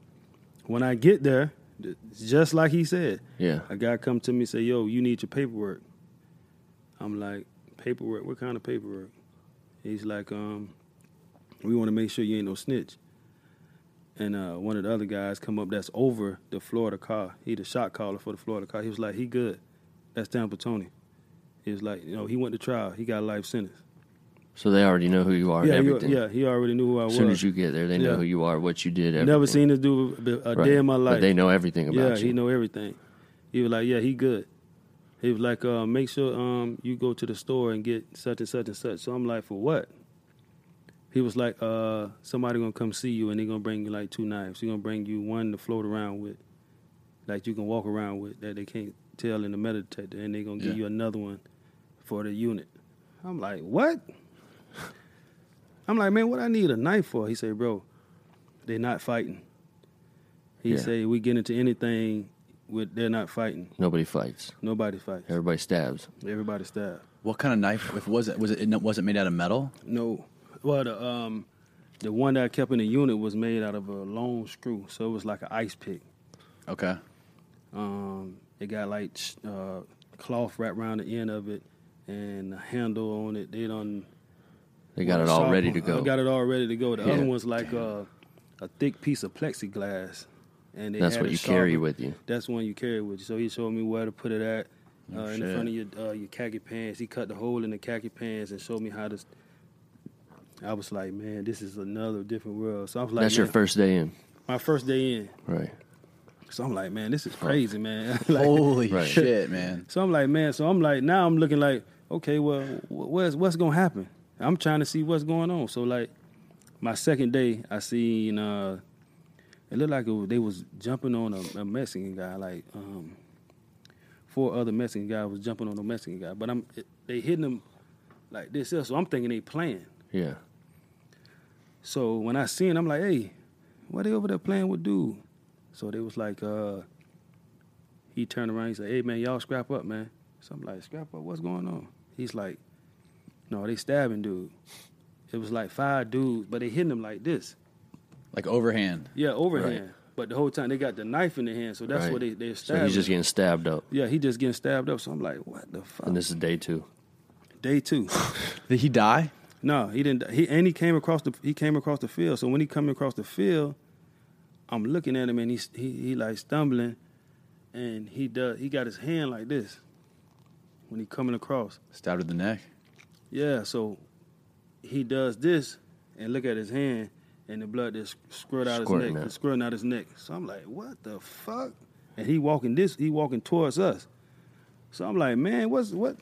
C: when I get there, th- just like he said,
B: Yeah.
C: a guy come to me say, yo, you need your paperwork. I'm like, paperwork? What kind of paperwork? He's like, um, we want to make sure you ain't no snitch. And uh, one of the other guys come up that's over the Florida car. He the shot caller for the Florida car. He was like, he good. That's Tampa Tony. He was like, you know, he went to trial. He got a life sentence.
B: So they already know who you are
C: Yeah,
B: and
C: he,
B: everything.
C: yeah, he already knew who I
B: As
C: was.
B: soon as you get there, they know
C: Yeah.
B: who you are, what you did. Everything.
C: Never seen this dude b- a
B: Right.
C: day in my life.
B: But they know everything about
C: yeah,
B: you.
C: he know everything. He was like, yeah, he good. He was like, uh, make sure um, you go to the store and get such and such and such. So I'm like, for what? He was like, uh, somebody gonna come see you and they gonna bring you like two knives. They gonna bring you one to float around with, like you can walk around with that they can't tell in the metal detector, and they gonna give
A: Yeah.
C: you another one for the unit. I'm like, what? I'm like, man, what I need a knife for? He said, bro, they're not fighting. He
B: Yeah.
C: said, we get into anything with they're not fighting.
B: Nobody fights.
C: Nobody fights.
B: Everybody stabs.
C: Everybody stabbed.
A: What kind of knife? If was it was it was it made out of metal?
C: No. Well, the um, the one that I kept in the unit was made out of a long screw, so it was like an ice pick.
A: Okay.
C: Um, it got like sh- uh, cloth wrapped around the end of it and a handle on it. They done
B: They got it
C: Well,
B: all
C: soft
B: ready
C: one-
B: to go.
C: I got it all ready to go. The
B: Yeah.
C: other one's like a, a thick piece of plexiglass, and it
B: That's
C: had
B: what
C: a
B: you carry
C: sharper-
B: with you.
C: That's one you carry with you. So he showed me where to put it at uh,
A: Oh,
C: in the
A: shit.
C: front of your uh, your khaki pants. He cut the hole in the khaki pants and showed me how to. s- I was like, man, this is another different world. So I was like,
B: That's your
C: man,
B: first day in,
C: my first day in.
B: right?
C: So I'm like, man, this is crazy, man. [LAUGHS] Like-
A: Holy
B: Right.
A: shit, man!
C: so I'm like, man. So I'm like, now I'm looking like, okay, well, wh- what's what's gonna happen? I'm trying to see what's going on. So like, my second day, I seen uh, it looked like it was, they was jumping on a, a Mexican guy. Like, um, four other Mexican guys was jumping on a Mexican guy, but I'm it, they hitting him like this. here. So I'm thinking they playing.
B: Yeah,
C: So when I seen, I'm like, hey, what they over there playing with dude? So they was like, uh, he turned around, he said, hey man, y'all scrap up, man. So I'm like, scrap up, what's going on? He's like, no, they stabbing dude. It was like five dudes, but they hitting him like this.
A: Like overhand.
C: Yeah, overhand. But the whole time they got the knife in their hand, so that's
B: right.
C: what they they
B: So
C: stabbing.
B: he's just getting stabbed up,
C: yeah, he just getting stabbed up. So I'm like, what the fuck?
B: and this is day two.
C: Day two.
A: Did he die?
C: No, he didn't. He and he came across the he came across the field. So when he come across the field, I'm looking at him and he's he, he like stumbling, and he does he got his hand like this when he coming across.
A: Stabbed in the neck.
C: Yeah, so he does this and look at his hand and the blood just squirt out
B: Squirting
C: his neck,
B: out.
C: squirting out his neck. So I'm like, what the fuck? And he walking this, he walking towards us. So I'm like, man, what's what?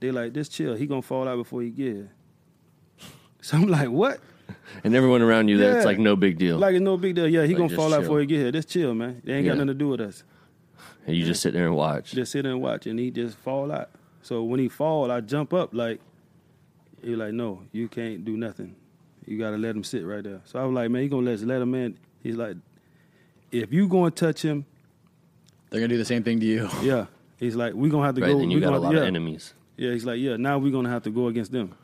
C: They like, just chill. He gonna fall out before he get here. [LAUGHS] So I'm like, what?
B: And everyone around you, there, it's
C: Yeah.
B: like no big deal.
C: Like it's no big deal. Yeah, he
B: Like,
C: gonna
B: just
C: fall out
B: chill.
C: before he get here. Just chill, man. They ain't
B: Yeah.
C: got nothing to do with us.
B: and you just sit there and watch.
C: Just sit and watch, and he just fall out. So when he fall, I jump up like he like, no, you can't do nothing. You gotta let him sit right there. So I was like, man, you gonna let let him in? He's like, if you gonna touch him,
A: They're gonna do the same thing to you. [LAUGHS]
C: yeah. He's like, we gonna have to
B: right,
C: go.
B: and
C: we
B: you got
C: gonna
B: a
C: have to-
B: lot
C: yeah.
B: of enemies.
C: Yeah, he's like, yeah, now we're gonna have to go against them.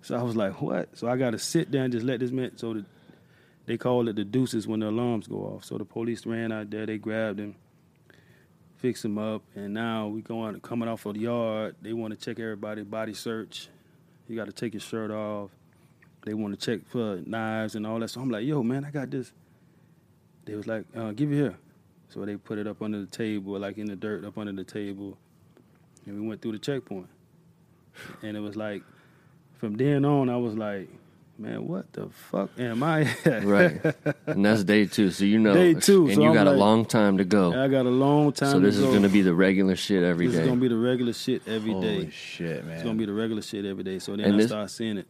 C: So I was like, what? So I gotta sit there and just let this man. So the, they call it the deuces when the alarms go off. So the police ran out there, they grabbed him, fixed him up, and now we going coming off of the yard. They want to check everybody, body search. You got to take your shirt off. They want to check for knives and all that. So I'm like, yo, man, I got this. They was like, uh, give it here. So they put it up under the table, like in the dirt, up under the table. And we went through the checkpoint. and it was like from then on, I was like, man, what the fuck am I? at?
B: Right. and that's day two. So you know.
C: Day two,
B: And
C: so
B: you
C: I'm
B: got a
C: like-
B: long time to go.
C: [LAUGHS] I got a long time.
B: so this
C: to
B: is
C: go.
B: going to be the regular shit every day.
C: This is gonna be the regular shit every day.
A: Holy shit, man.
C: It's gonna be the regular shit every day. So then
B: And
C: I
B: this-
C: start seeing it.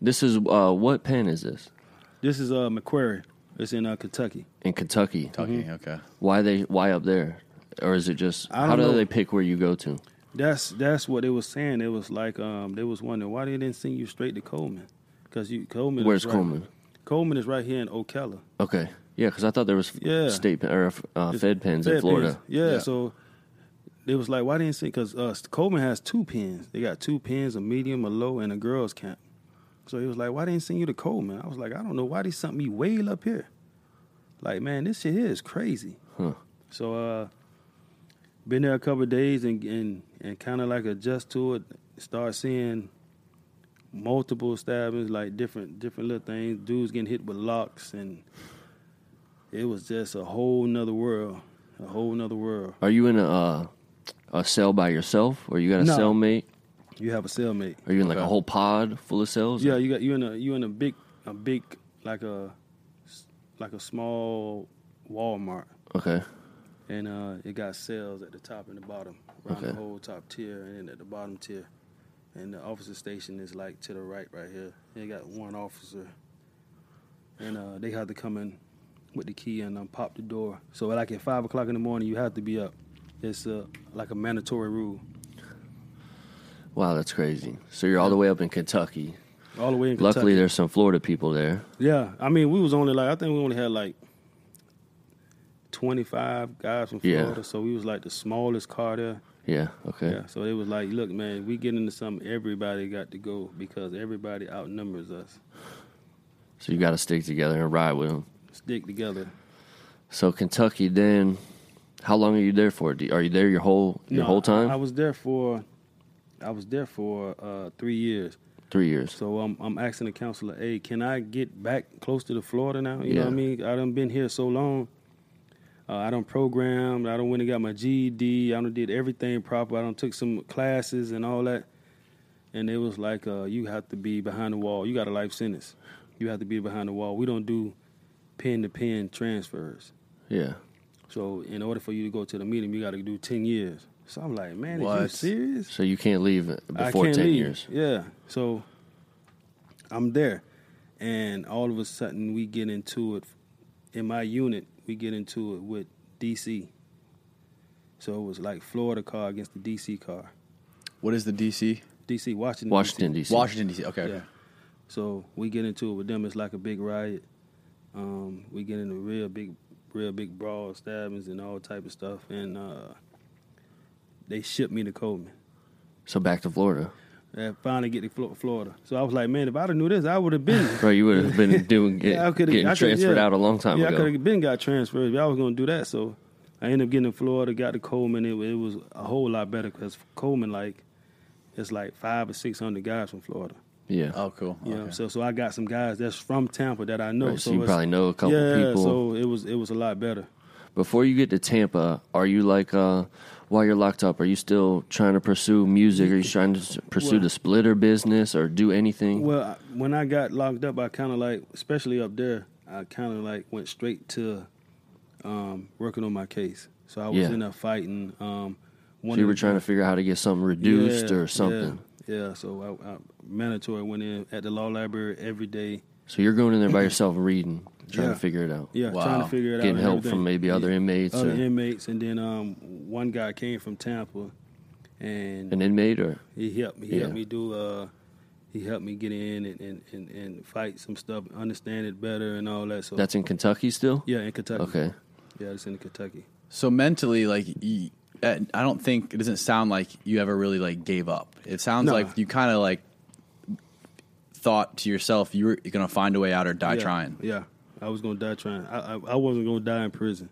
B: this is, uh, what pen is this?
C: This is uh McQuarrie. It's in uh, Kentucky.
B: In Kentucky.
A: Kentucky,
C: Mm-hmm.
A: okay.
B: Why they, why up there? Or is it just,
C: I
B: how do
C: don't know.
B: they pick where you go to?
C: That's that's what they was saying. It was like um they was wondering why they didn't send you straight to Coleman, because you Coleman. is
B: Where's
C: right-
B: Coleman?
C: Coleman is right here in Ocala.
B: Okay. Yeah, because I thought there was
C: Yeah.
B: state pen, or uh,
C: It's
B: Fed pens in
C: Fed
B: Florida.
C: pens. Yeah,
A: Yeah.
C: so they was like, why didn't send? Because uh, Coleman has two pins. They got two pins, a medium, a low, and a girls camp. So he was like, why didn't send you to Coleman? I was like, I don't know why they sent me way up here. Like, man, this shit here is crazy.
B: Huh.
C: So uh, been there a couple of days and and and kind of like adjust to it. Start seeing multiple stabbings, like different different little things. Dudes getting hit with locks, and it was just a whole nother world, a whole nother world.
B: Are you in a, uh, a cell by yourself, or you got a
C: No.
B: cellmate?
C: You have a cellmate.
B: Are you in like a
A: Okay.
B: whole pod full of cells?
C: Yeah, you got you in a you in a big a big like a like a small Walmart,
B: Okay.
C: and uh, it got cells at the top and the bottom, around the
B: Okay.
C: whole top tier, and then at the bottom tier. And the officer station is like to the right, right here. They got one officer, and uh, they had to come in with the key and um, pop the door. So like at five o'clock in the morning, you have to be up. It's uh, like a mandatory rule.
B: Wow, that's crazy. So you're all the way up in Kentucky.
C: All the way in Kentucky.
B: Luckily, there's some Florida people there.
C: Yeah, I mean, we was only like I think we only had like twenty five guys from
B: Yeah.
C: Florida, so we was like the smallest car there.
B: Yeah. Okay.
C: Yeah, so they was like, look, man, we get into something. Everybody got to go because everybody outnumbers us.
B: So you got to stick together and ride with them.
C: Stick together.
B: So Kentucky, then, how long are you there for? Do- Are you there your whole your
C: No,
B: whole time?
C: I, I was there for, I was there for uh, three years.
B: Three years.
C: So I'm I'm asking the counselor, hey, can I get back close to the Florida now? You know what
B: Yeah.
C: I mean? I done been here so long. Uh, I done programmed. I done went and got my GED. I done did everything proper. I done took some classes and all that. And it was like, uh, you have to be behind the wall. You got a life sentence. You have to be behind the wall. We don't do pin to pin transfers.
B: Yeah.
C: So in order for you to go to the meeting, you got to do ten years. So I'm like, man, are you
A: What?
C: serious?
B: So you can't leave before ten
C: leave.
B: years.
C: Yeah. So I'm there. And all of a sudden we get into it in my unit, we get into it with DC. So it was like Florida car against the DC car.
A: What is the DC?
C: DC Washington.
B: Washington
C: DC.
B: D.C.
A: Washington DC. Okay.
C: Yeah. So we get into it with them. It's like a big riot. Um, we get into real big, real big brawl, stabbings, and all type of stuff. And uh, they shipped me to Coleman.
B: So back to Florida.
C: and finally get to Flo- Florida. So I was like, man, if I'd have knew this, I would have been.
B: Bro, you would
C: [LAUGHS]
B: have been doing [LAUGHS] get,
C: I coulda-
B: getting
C: I coulda-
B: transferred
C: yeah.
B: out a long time
C: yeah, I could
B: ago.
C: have been got transferred. But I was gonna do that, so I ended up getting to Florida, got to Coleman. It, it was a whole lot better because Coleman, like, it's like five or six hundred guys from Florida.
B: Yeah.
A: Oh, cool.
C: You know what I'm
A: Okay.
C: saying? So I got some guys that's from Tampa that I know.
B: Right, so you
C: it's-
B: probably know a couple
C: yeah,
B: people.
C: So it was it was a lot better.
B: Before you get to Tampa, are you like uh, while you're locked up? Are you still trying to pursue music? Are you trying to s- pursue
C: Well-
B: the splitter business or do anything?
C: Well, I- when I got locked up, I kind of like, especially up there, I kind of like went straight to um, working on my case. So I was
B: Yeah.
C: in there fighting. Um,
B: so
C: one
B: you
C: of
B: were
C: the-
B: trying to figure out how to get something reduced
C: Yeah,
B: or something.
C: Yeah, yeah. so I, I mandatory went in at the law library every day.
B: So you're going in there by yourself reading, trying
C: Yeah.
B: to figure it out.
C: Yeah,
A: Wow.
C: trying to figure it out.
B: Getting
C: and
B: help from
C: everything.
B: maybe other
C: Yeah,
B: inmates
C: other
B: or
C: inmates, and then um, one guy came from Tampa, and
B: an inmate or
C: he helped me. He
B: Yeah.
C: helped me do. Uh, he helped me get in and, and, and, and fight some stuff, understand it better, and all that. So
B: that's in Kentucky still?
C: yeah, in Kentucky.
B: Okay.
C: Yeah, it's in Kentucky.
A: So mentally, like, y- uh, I don't think it doesn't sound like you ever really like gave up. It sounds
C: No.
A: like you kind of like thought to yourself, you were gonna find a way out or die
C: yeah,
A: trying.
C: Yeah, I was gonna die trying. I I, I wasn't gonna die in prison.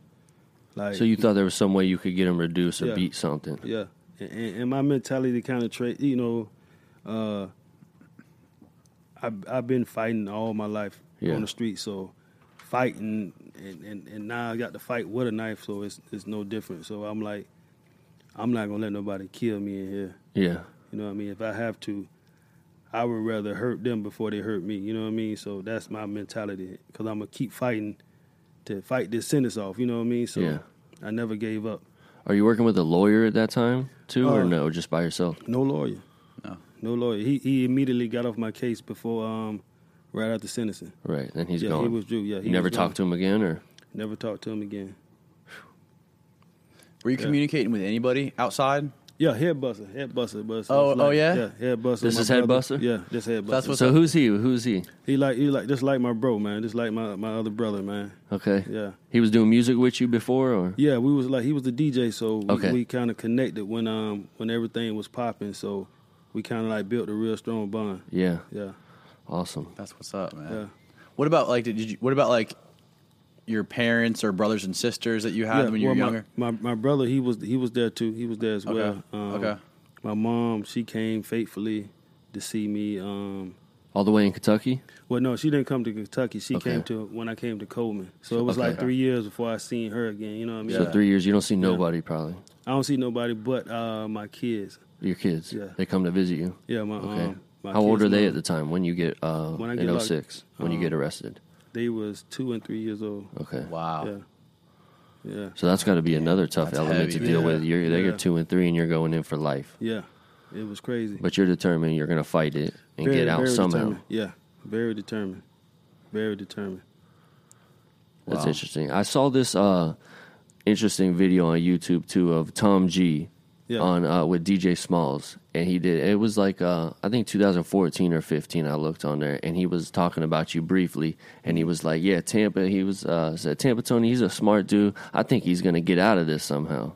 C: Like
B: So you thought there was some way you could get them reduced or
C: Yeah.
B: beat something?
C: Yeah, and, and and my mentality kind of trait, you know, uh, I've I've been fighting all my life
B: Yeah.
C: on the street, so fighting and, and and now I got to fight with a knife, so it's it's no different. So I'm like, I'm not gonna let nobody kill me in here.
B: Yeah.
C: You know what I mean? If I have to, I would rather hurt them before they hurt me. You know what I mean? So that's my mentality because I'm gonna keep fighting to fight this sentence off. You know what I mean? So
B: Yeah.
C: I never gave up.
B: Are you working with a lawyer at that time too, or
C: Uh,
B: no, just by yourself?
C: No lawyer.
A: No.
C: No lawyer. He he immediately got off my case before um right after sentencing.
B: Right, then he's
C: yeah,
B: gone.
C: he withdrew. Yeah, he
B: you never
C: was gone.
B: talked to him again, or
C: Never talked to him again.
A: Were you communicating with anybody outside?
C: Yeah, head buster, head buster, buster.
A: Oh,
C: It's
A: oh, yeah?
C: yeah, head buster.
B: This
C: my
B: is head
C: brother.
B: buster?
C: Yeah, this head buster.
A: That's what's
B: so
A: up.
B: who's he? Who's he?
C: He like he like just like my bro, man. Just like my, my other brother, man.
B: Okay,
C: Yeah.
B: he was doing music with you before, or
C: Yeah, we was like he was the DJ, so we,
B: Okay.
C: we kind of connected when um when everything was popping, so we kind of like built a real strong bond.
B: yeah,
C: Yeah.
B: awesome.
A: That's what's up, man.
C: Yeah.
A: What about like did you what about like your parents or brothers and sisters that you had
C: yeah,
A: when you were
C: well, my-
A: younger?
C: My, my brother, he was he was there too. He was there as
A: Okay.
C: well. Um,
A: Okay.
C: My mom, she came faithfully to see me. Um,
B: All the way in Kentucky.
C: well, no, she didn't come to Kentucky. She
B: Okay.
C: came to when I came to Coleman. So it was
B: Okay.
C: like three years before I seen her again. You know what I mean?
B: So three years, you don't see nobody probably.
C: I don't see nobody but uh, my kids.
B: Your kids,
C: Yeah.
B: they come to visit you.
C: Yeah, my
B: Okay.
C: um, my
B: How old
C: kids'
B: are they
C: mom.
B: at the time when you get uh
C: When I get
B: in
C: locked-
B: 06 when you
C: um,
B: get arrested?
C: They was two and three years old.
B: Okay.
A: Wow.
C: Yeah, yeah,
B: So that's got to be another tough
A: That's
B: element to
A: heavy,
B: deal
C: man.
B: with. You're they
C: Yeah.
B: get 2 and 3 and you're going in for life.
C: yeah. It was crazy.
B: But you're determined you're going to fight it and get out somehow.
C: Determined. Yeah, very determined. Very determined.
B: That's
A: Wow.
B: interesting. I saw this uh interesting video on YouTube too of Tom G
C: Yeah.
B: on uh with DJ Smalls and he did it was like uh I think 2014 or 15 I looked on there and he was talking about you briefly and he was like, "Yeah, Tampa, he was uh said Tampa Tony, he's a smart dude. I think he's going to get out of this somehow."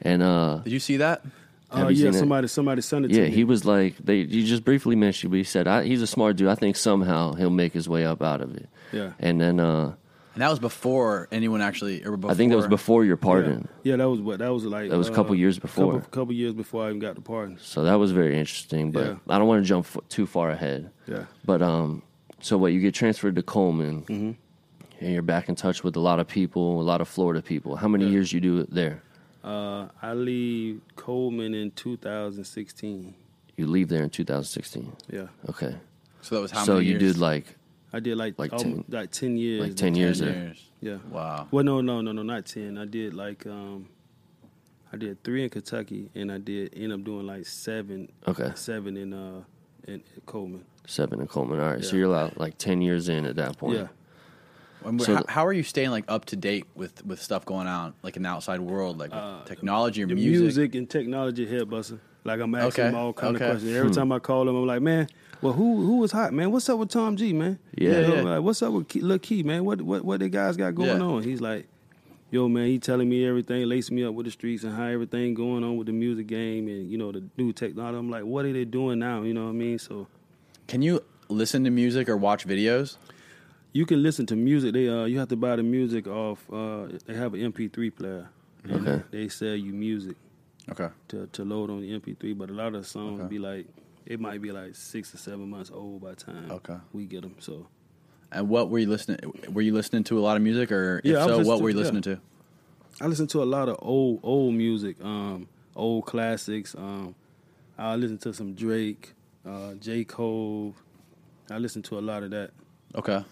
B: And uh
A: Did you see that?
B: Have
C: Oh
B: you
C: yeah,
B: seen it?
C: somebody somebody sent it
B: yeah,
C: to me.
B: he was like they. You just briefly mentioned, but he said I, he's a smart dude. I think somehow he'll make his way up out of it.
C: Yeah.
B: and then uh,
A: And that was before anyone actually or before
B: I think that was before your pardon.
C: Yeah, that was what that was like. uh,
B: That was a couple years before.
C: Couple, couple years before I even got the pardon.
B: So that was very interesting, but
C: Yeah.
B: I don't want to jump f- too far ahead.
C: Yeah.
B: But um, so what? You get transferred to Coleman,
C: Mm-hmm.
B: and you're back in touch with a lot of people, a lot of Florida people. How many years you do it there?
C: Uh, I leave Coleman in 2016.
B: You leave there in 2016.
C: Yeah,
B: Okay.
A: So that was how
B: so
A: many
B: you
A: years?
B: did like
C: I did like
B: Like
C: almo-
B: 10
C: like 10 years.
B: like 10 years there.
C: Yeah.
A: Wow.
C: Well, no, no, no, no, not 10. I did like um, I did three in Kentucky, and I did end up doing like seven.
B: Okay.
C: Seven in uh in Coleman.
B: Seven in Coleman. All right. So
C: Yeah.
B: you're about like 10 years in at that point.
C: Yeah.
A: And
B: So
A: how,
B: the-
A: how are you staying like up to date with with stuff going on like in the outside world, like with
C: Uh,
A: technology or
C: the
A: music?
C: music. and technology head busting. Like I'm asking
A: Okay,
C: him all kind
A: okay.
C: of questions. Every time I call him, I'm like, man, well, who who was hot, man? What's up with Tom G, man?
B: Yeah.
C: I'm
A: Yeah.
C: like, what's up with Key, Lil Key, man? What what what the guys got going
A: Yeah.
C: on? He's like, yo, man, he telling me everything, lacing me up with the streets and how everything going on with the music game and you know the new technology. I'm like, what are they doing now? You know what I mean? So
A: Can you listen to music or watch videos?
C: you can listen to music. They uh, you have to buy the music off. Uh, they have an MP3 player. And
B: Okay.
C: They sell you music.
A: Okay.
C: to, to load on the MP3, but a lot of the songs
A: Okay.
C: be like it might be like six or seven months old by the time
A: Okay.
C: we get them. So
A: And what were you listening? Were you listening to a lot of music, or if
C: Yeah, I was
A: so, what
C: listening-
A: were you
C: yeah.
A: listening to?
C: I listen to a lot of old old music, um, old classics. Um, I listen to some Drake, uh, J Cole. I listen to a lot of that.
A: Okay.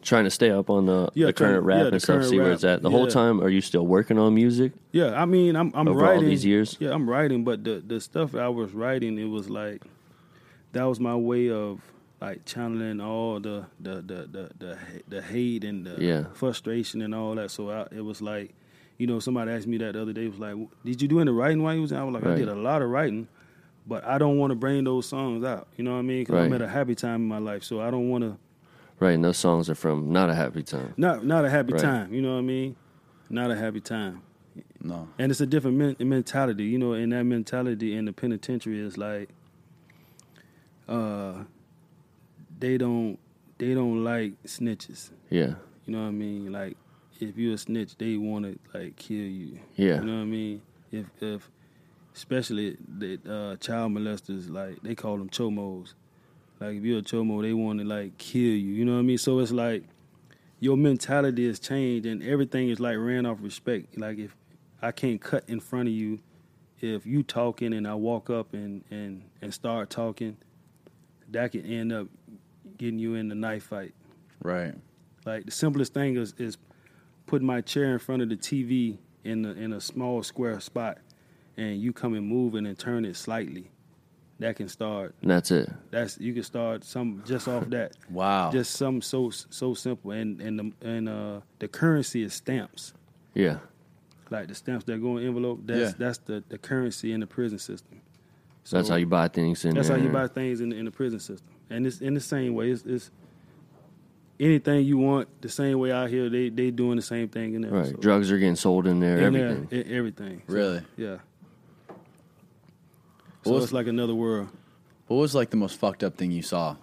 B: Trying to stay up on the,
C: Yeah,
B: the current
C: current-
B: rap
C: yeah, the
B: and stuff,
C: current
B: see where
C: rap.
B: it's at. The whole
C: Yeah.
B: time, are you still working on music?
C: Yeah, I mean, I'm I'm
B: Over all
C: writing
B: these years?
C: Yeah, I'm writing, but the the stuff I was writing, it was like that was my way of like channeling all the the the the the, the hate and the
B: Yeah.
C: frustration and all that. So I, it was like, you know, somebody asked me that the other day. Was like, did you do any writing while you was? out?" I was like, I
B: Right.
C: did a lot of writing, but I don't want to bring those songs out. You know what I mean? Because I'm
B: Right.
C: at a happy time in my life, so I don't want to
B: Right. And those songs are from Not a Happy Time.
C: not not a happy
B: Right.
C: time. You know what I mean? Not a happy time.
A: No.
C: And it's a different men- mentality, you know. And that mentality in the penitentiary is like, uh, they don't they don't like snitches.
B: Yeah.
C: You know what I mean? Like, if you a snitch, they want to like kill you.
B: Yeah.
C: You know what I mean? If if especially the uh, child molesters, like they call them chomos. Like if you're a chomo, they want to like kill you. You know what I mean? So it's like your mentality has changed, and everything is like ran off respect. Like if I can't cut in front of you, if you talking and I walk up and and and start talking, that can end up getting you in the knife fight.
A: Right.
C: Like the simplest thing is is putting my chair in front of the TV in the, in a small square spot, and you come and move it and turn it slightly. That can start.
B: And that's it.
C: That's you can start some
B: [LAUGHS]
C: just off that.
B: Oh.
A: Wow.
C: Just something so so simple. And and the and uh the currency is stamps.
B: Yeah.
C: Like the stamps that go in envelope. That's
A: Yeah.
C: that's the, the currency in the prison system.
B: So that's how you buy things in
C: That's how
B: there.
C: you buy things in, in the prison system, and it's in the same way. It's, it's anything you want the same way out here. They they doing the same thing in there.
B: Right.
C: so-
B: Drugs are getting sold in there,
C: in there,
B: everything.
C: e- everything. So,
A: Really?
C: yeah.
A: Well,
C: So
A: it's-
C: it's like another world.
A: What was like the most fucked up thing you saw?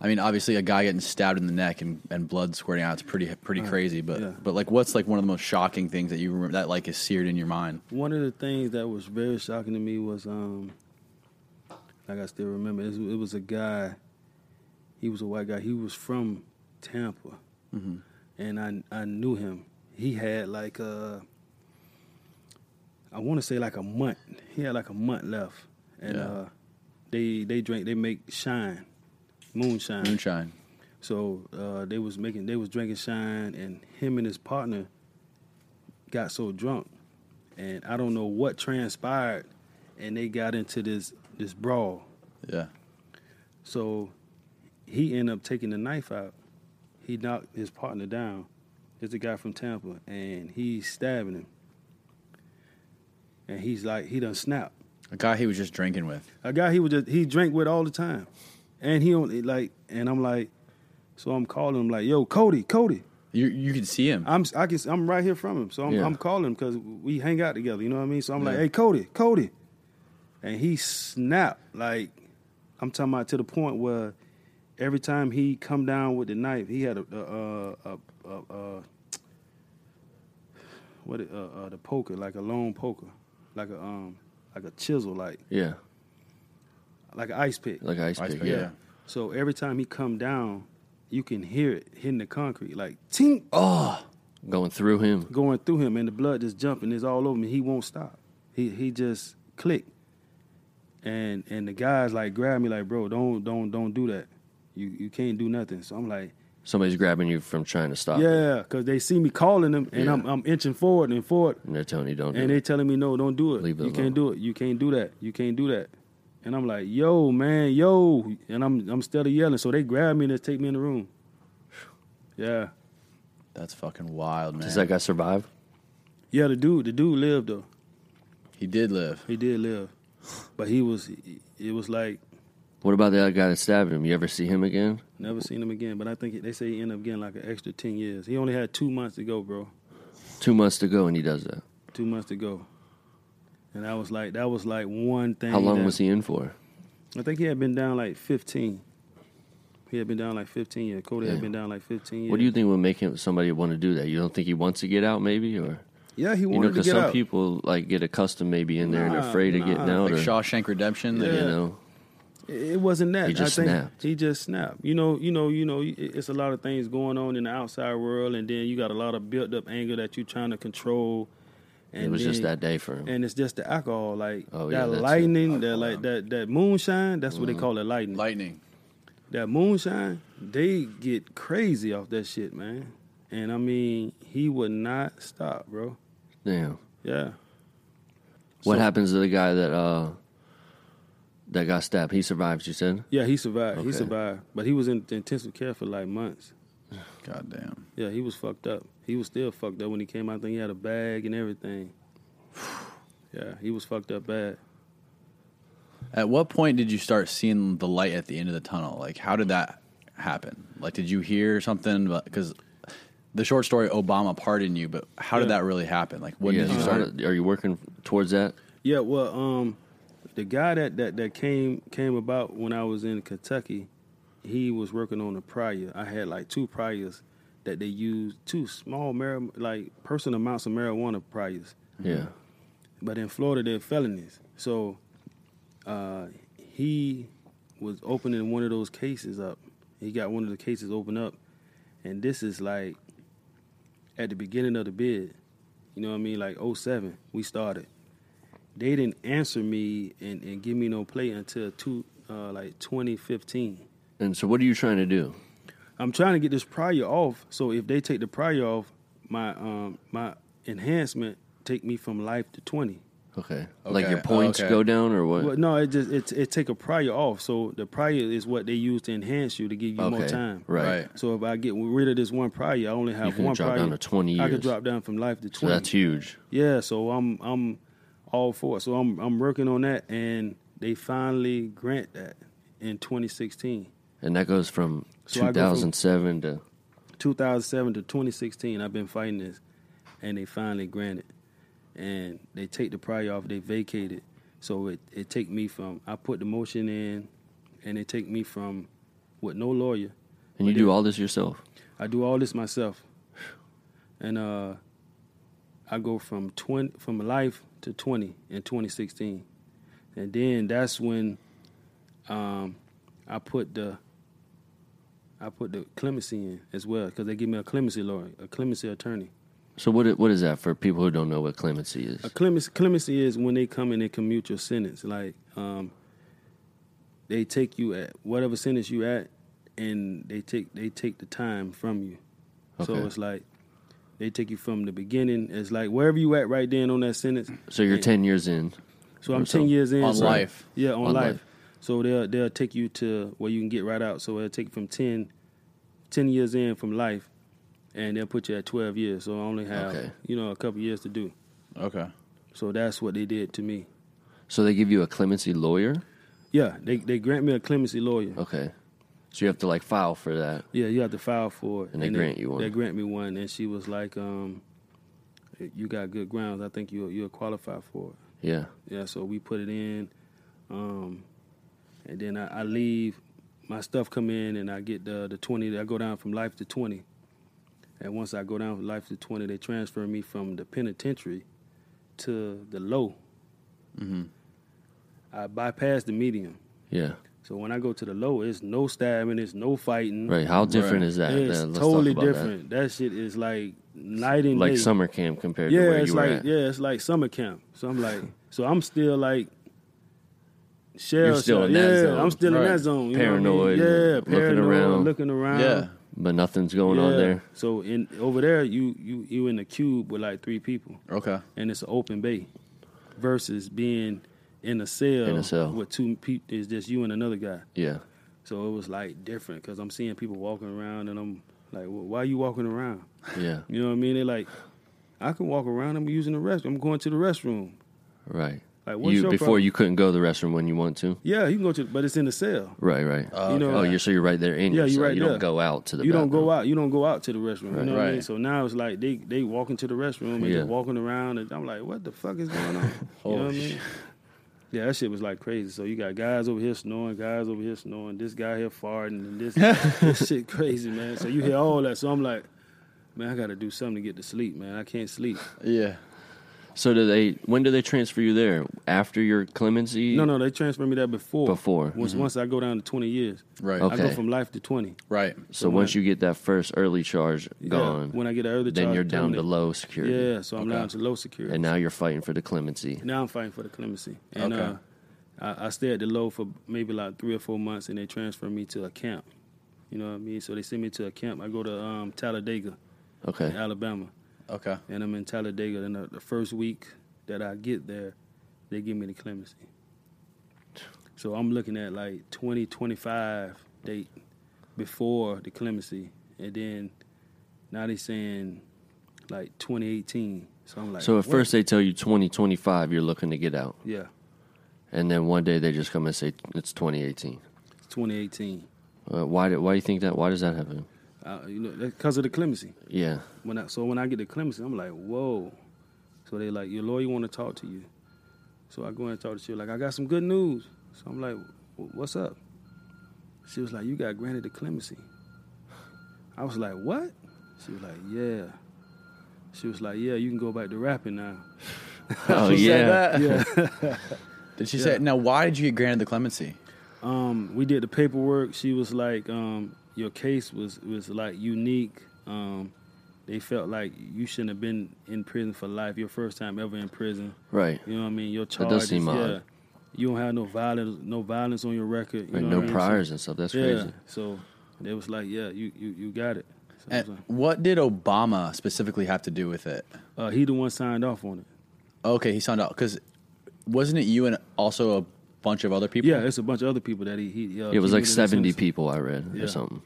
A: I mean, obviously, a guy getting stabbed in the neck and, and blood squirting out—it's pretty pretty crazy. But
C: yeah.
A: but like, what's like one of the most shocking things that you remember that like is seared in your mind?
C: One of the things that was very shocking to me was, um, like I still remember, it was, it was a guy. He was a white guy. He was from Tampa, Mm-hmm. and I I knew him. He had like a, I want to say like a month. He had like a month left, and
A: Yeah.
C: uh, they they drink they make shine, moonshine.
A: Moonshine.
C: So uh, they was making they was drinking shine, and him and his partner got so drunk, and I don't know what transpired, and they got into this this brawl.
A: Yeah.
C: So he ended up taking the knife out. He knocked his partner down. It's a guy from Tampa, and he's stabbing him. And he's like, he done snapped.
A: A guy he was just drinking with.
C: A guy he was just he drank with all the time, and he only like, and I'm like, so I'm calling him like, yo, Cody, Cody.
A: You you could see him.
C: I'm I can I'm right here from him, so I'm,
B: Yeah.
C: I'm calling him because we hang out together. You know what I mean? So I'm like,
A: Yeah.
C: "Hey, Cody, Cody," and he snapped like I'm talking about to the point where every time he come down with the knife, he had a a a, a, a, a what it- uh, uh, the poker like a long poker, like a um like a chisel, like
B: Yeah.
C: like an ice pick.
B: Like ice, pick.
A: pick,
B: Yeah.
A: yeah.
C: So every time he come down, you can hear it hitting the concrete, like tink
B: Oh, Going through him.
C: going through him and the blood just jumping is all over me. He won't stop. He he just click. And and the guys like grab me like, bro, don't don't don't do that. You you can't do nothing. So I'm like,
B: Somebody's grabbing you from trying to stop. it.
C: yeah, because they see me calling them and
B: Yeah.
C: I'm I'm inching forward and forward
B: And they're telling you don't. do
C: and they
B: it.
C: telling me no, don't do it.
B: Leave it
C: you
B: alone.
C: can't do it. You can't do that. You can't do that. And I'm like, yo, man, yo, and I'm I'm steady yelling. So they grab me and they take me in the room. Yeah,
A: That's fucking wild, man.
B: Does that guy survive?
C: yeah. The dude, the dude lived though.
A: he did live.
C: He did live, but he was. It was like
B: What about the other guy that stabbed him? You ever see him again?
C: never seen him again. But I think they say he ended up getting like an extra ten years. He only had two months to go, bro.
B: Two months to go, and he does that.
C: Two months to go. And I was like, that was like one thing.
B: How long
C: that-
B: was he in for?
C: I think he had been down like fifteen. He had been down like fifteen years. Cody
B: Yeah.
C: had been down like fifteen years.
B: What do you think would make him somebody want to do that? You don't think he wants to get out, maybe, or
C: Yeah, he
B: you know,
C: wanted to
B: because
C: get
B: some
C: out.
B: people like get accustomed maybe in there and they're
C: Nah,
B: afraid of getting
C: nah.
B: out,
A: Like
B: or
A: Shawshank Redemption.
B: you
A: Like,
C: Yeah.
B: know,
C: It it wasn't that.
B: He just
C: I think
B: snapped.
C: He just snapped. You know, you know, you know. it- It's a lot of things going on in the outside world, and then you got a lot of built up anger that you're trying to control. And
B: it was just
C: then-
B: that day for him.
C: and it's just the alcohol, like
B: Oh, yeah,
C: that
B: that's it.
C: lightning, that like that that moonshine. That's what they
B: Mm-hmm.
C: call it, lightning.
A: Lightning.
C: that moonshine, they get crazy off that shit, man. And I mean, he would not stop, bro.
B: Damn.
C: Yeah,
B: What
C: So-
B: happens to the guy that uh that got stabbed? He survives. You said.
C: yeah, he survived.
B: Okay.
C: He survived, but he was in intensive care for like months.
A: God damn.
C: Yeah, he was fucked up. He was still fucked up when he came out. I think he had a bag and everything. [SIGHS] Yeah, he was fucked up bad.
A: At what point did you start seeing the light at the end of the tunnel? Like, how did that happen? Like, did you hear something? Because the short story, Obama pardoned you, but how did
C: Yeah.
A: that really happen? Like, when
B: yeah.
A: did you
B: so
A: start?
B: how- Are you working towards that?
C: Yeah, well, um, the guy that, that that came came about when I was in Kentucky, he was working on a prior. I had like two priors that they used, two small mar- like person amounts of marijuana priors,
A: Mm-hmm.
B: Yeah.
C: but in Florida they're felonies. So, uh, he was opening one of those cases up. He got one of the cases open up, and this is like at the beginning of the bid. You know what I mean? Like 07, we oh started. they didn't answer me and, and give me no play until two uh, like 2015.
B: And so, what are you trying to do?
C: I'm trying to get this prior off. So if they take the prior off, my um my enhancement take me from life to 20.
B: Okay, like your
A: Okay.
B: points
A: Okay.
B: go down or what?
C: Well, no, it just it, it take a prior off. So the prior is what they use to enhance you to give you more
B: Okay,
C: time.
B: right.
A: Right.
C: So if I get rid of this one prior, I only have
B: can
C: one
B: drop
C: prior.
B: down to 20
C: I could
B: years.
C: drop down from life to 20.
B: So that's huge.
C: Yeah, so I'm I'm all for it. So I'm I'm working on that, and they finally grant that in 2016,
B: And that goes from
C: So I go from-
B: 2007 to
C: 2007 to 2016. I've been fighting this, and they finally grant it, and they take the prior off. They vacate it, so it it take me from I put the motion in, and they take me from with no lawyer.
B: and you do all this yourself.
C: I do all this myself, and uh, I go from twenty from life to twenty in 2016, and then that's when um, I put the I put the clemency in as well because they give me a clemency lawyer, a clemency attorney.
B: So what i- what is that for people who don't know what clemency is?
C: A clemency, clemency is when they come and they commute your sentence. Like um, they take you at whatever sentence you at, and they take they take the time from you.
B: Okay.
C: So it's like they take you from the beginning. It's like wherever you at right then on that sentence.
B: So you're 10 years in.
C: So I'm
B: So
C: ten years in
A: on
C: so-
A: life.
C: Yeah, on,
B: On
C: life.
B: life.
C: So they'll they'll take you to where you can get right out. So they'll take you from 10, 10 years in from life, and they'll put you at twelve years. So I only have
B: Okay.
C: you know a couple years to do.
A: Okay.
C: So that's what they did to me.
B: So they give you a clemency lawyer.
C: Yeah, they they grant me a clemency lawyer.
B: Okay. So you have to like file for that.
C: Yeah, you have to file for it.
B: And they grant you one.
C: They grant me one, and she was like, um, "You got good grounds. I think you you'll qualify for it."
B: Yeah.
C: Yeah, so we put it in, um, and then I, I leave. My stuff come in, and I get the the twenty. I go down from life to twenty, and once I go down from life to twenty, they transfer me from the penitentiary to the low.
B: Mm-hmm.
C: I bypass the medium,
B: Yeah.
C: so when I go to the low, it's no stabbing, it's no fighting.
B: Right. How different is that?
C: It's
B: Then let's talk
C: totally
B: about that.
C: different. That. shit is like night and
B: Like
C: day.
B: summer camp compared
C: yeah,
B: to where
C: it's
B: you were
C: like
B: at.
C: yeah, it's like summer camp. So I'm
B: [LAUGHS]
C: like, so I'm still like shell.
B: You're still
C: shock.
B: in
C: yeah,
B: that zone.
C: I'm still in
A: Right.
C: that zone. You know what I
B: Paranoid,
C: mean? Yeah,
B: looking
C: paranoid,
B: around.
C: looking around.
A: Yeah.
B: But nothing's going on
C: Yeah.
B: there.
C: So in over there, you you you in the cube with like three people,
A: Okay.
C: and it's an open bay, versus being in a cell,
B: In a cell.
C: with two people. It's just you and another guy.
B: Yeah.
C: So it was like different because I'm seeing people walking around, and I'm like, well, why are you walking around?
B: Yeah.
C: You know what I mean? They like, I can walk around. I'm using the restroom. I'm going to the restroom.
B: Right.
C: Like, what's
B: You
C: your
B: before
C: problem?
B: you couldn't go to the restroom when you want to.
C: Yeah, you can go to, but it's in the cell.
B: Right. Right.
A: Oh,
C: You know,
B: oh, you're so you're right there in.
C: Yeah,
B: your
C: you're
B: cell.
C: right
B: You
C: there.
B: don't go out to the.
C: you don't
B: bathroom.
C: go out. You don't go out to the restroom. You know what I mean?
A: Right.
C: So now it's like they they walking to the restroom and
B: Yeah.
C: just walking around, and I'm like, what the fuck
B: [LAUGHS]
C: is going on? you know what I
A: Holy
C: mean? Yeah, that shit was like crazy. So you got guys over here snoring, guys over here snoring, this guy here farting, and
B: [LAUGHS]
C: this this shit crazy, man. So you hear all that. So I'm like, man, I got to do something to get to sleep, man. I can't sleep.
A: Yeah.
B: So do they? When do they transfer you there? After your clemency?
C: No, no, they transferred me that before.
B: Before. Mm-hmm.
C: Once once I go down to twenty years.
A: Right.
B: Okay.
C: I go from life to twenty.
A: Right.
B: So once you get that first early charge gone,
C: Yeah, when I get an early
B: then
C: charge,
B: you're down to
C: terminate.
B: low security.
C: Yeah, so I'm
A: Okay.
C: down to low security.
B: And now you're fighting for the clemency.
C: now I'm fighting for the clemency. And
A: Okay.
C: uh, I, I stay at the low for maybe like three or four months, and they transfer me to a camp. You know what I mean? So they send me to a camp. I go to um, Talladega,
B: Okay.
C: Alabama,
A: Okay.
C: and I'm in Talladega. And uh, the, the first week that I get there, they give me the clemency. So I'm looking at like 20, 25 date before the clemency, and then now they saying like 2018. So I'm like,
B: So at
C: what?
B: first they tell you 2025 you're looking to get out,
C: yeah,
B: and then one day they just come and say it's 2018.
C: it's 2018.
B: Uh, why? Do, why do you think that? Why does that happen?
C: uh, you know, because of the clemency. [LAUGHS]
B: Yeah.
C: When I, so when I get the clemency, I'm like, whoa. So they like, your lawyer want to talk to you. So I go in and talk to she. Like, I got some good news. So I'm like, "Wh- what's up? She was like, you got granted the clemency. I was like, what? She was like, yeah. She was like, yeah, you can go back to rapping now.
B: Oh yeah.
C: [LAUGHS] Yeah.
A: Did she
C: Yeah.
A: say now? Why did you get granted the clemency?
C: um, we did the paperwork. She was like, um, your case was was like unique. Um, they felt like you shouldn't have been in prison for life. Your first time ever in prison.
B: Right.
C: You know what I mean? Your
B: That
C: charges.
B: does seem
C: yeah.
B: odd.
C: You don't have no violence, no violence on your record. You
B: Like,
C: know
B: no
C: what I mean?
B: priors and stuff. That's
C: So, yeah.
B: crazy.
C: So they was like, yeah, you you, you got it. So I was
A: And what did Obama specifically have to do with it?
C: like, uh, he the one signed off on it.
A: Okay, he signed out because wasn't it you and also a bunch of other people?
C: Yeah, it's a bunch of other people that he. he uh,
B: It was like
C: committed to
B: seventy
C: sentence.
B: people I read
C: Yeah.
B: or something.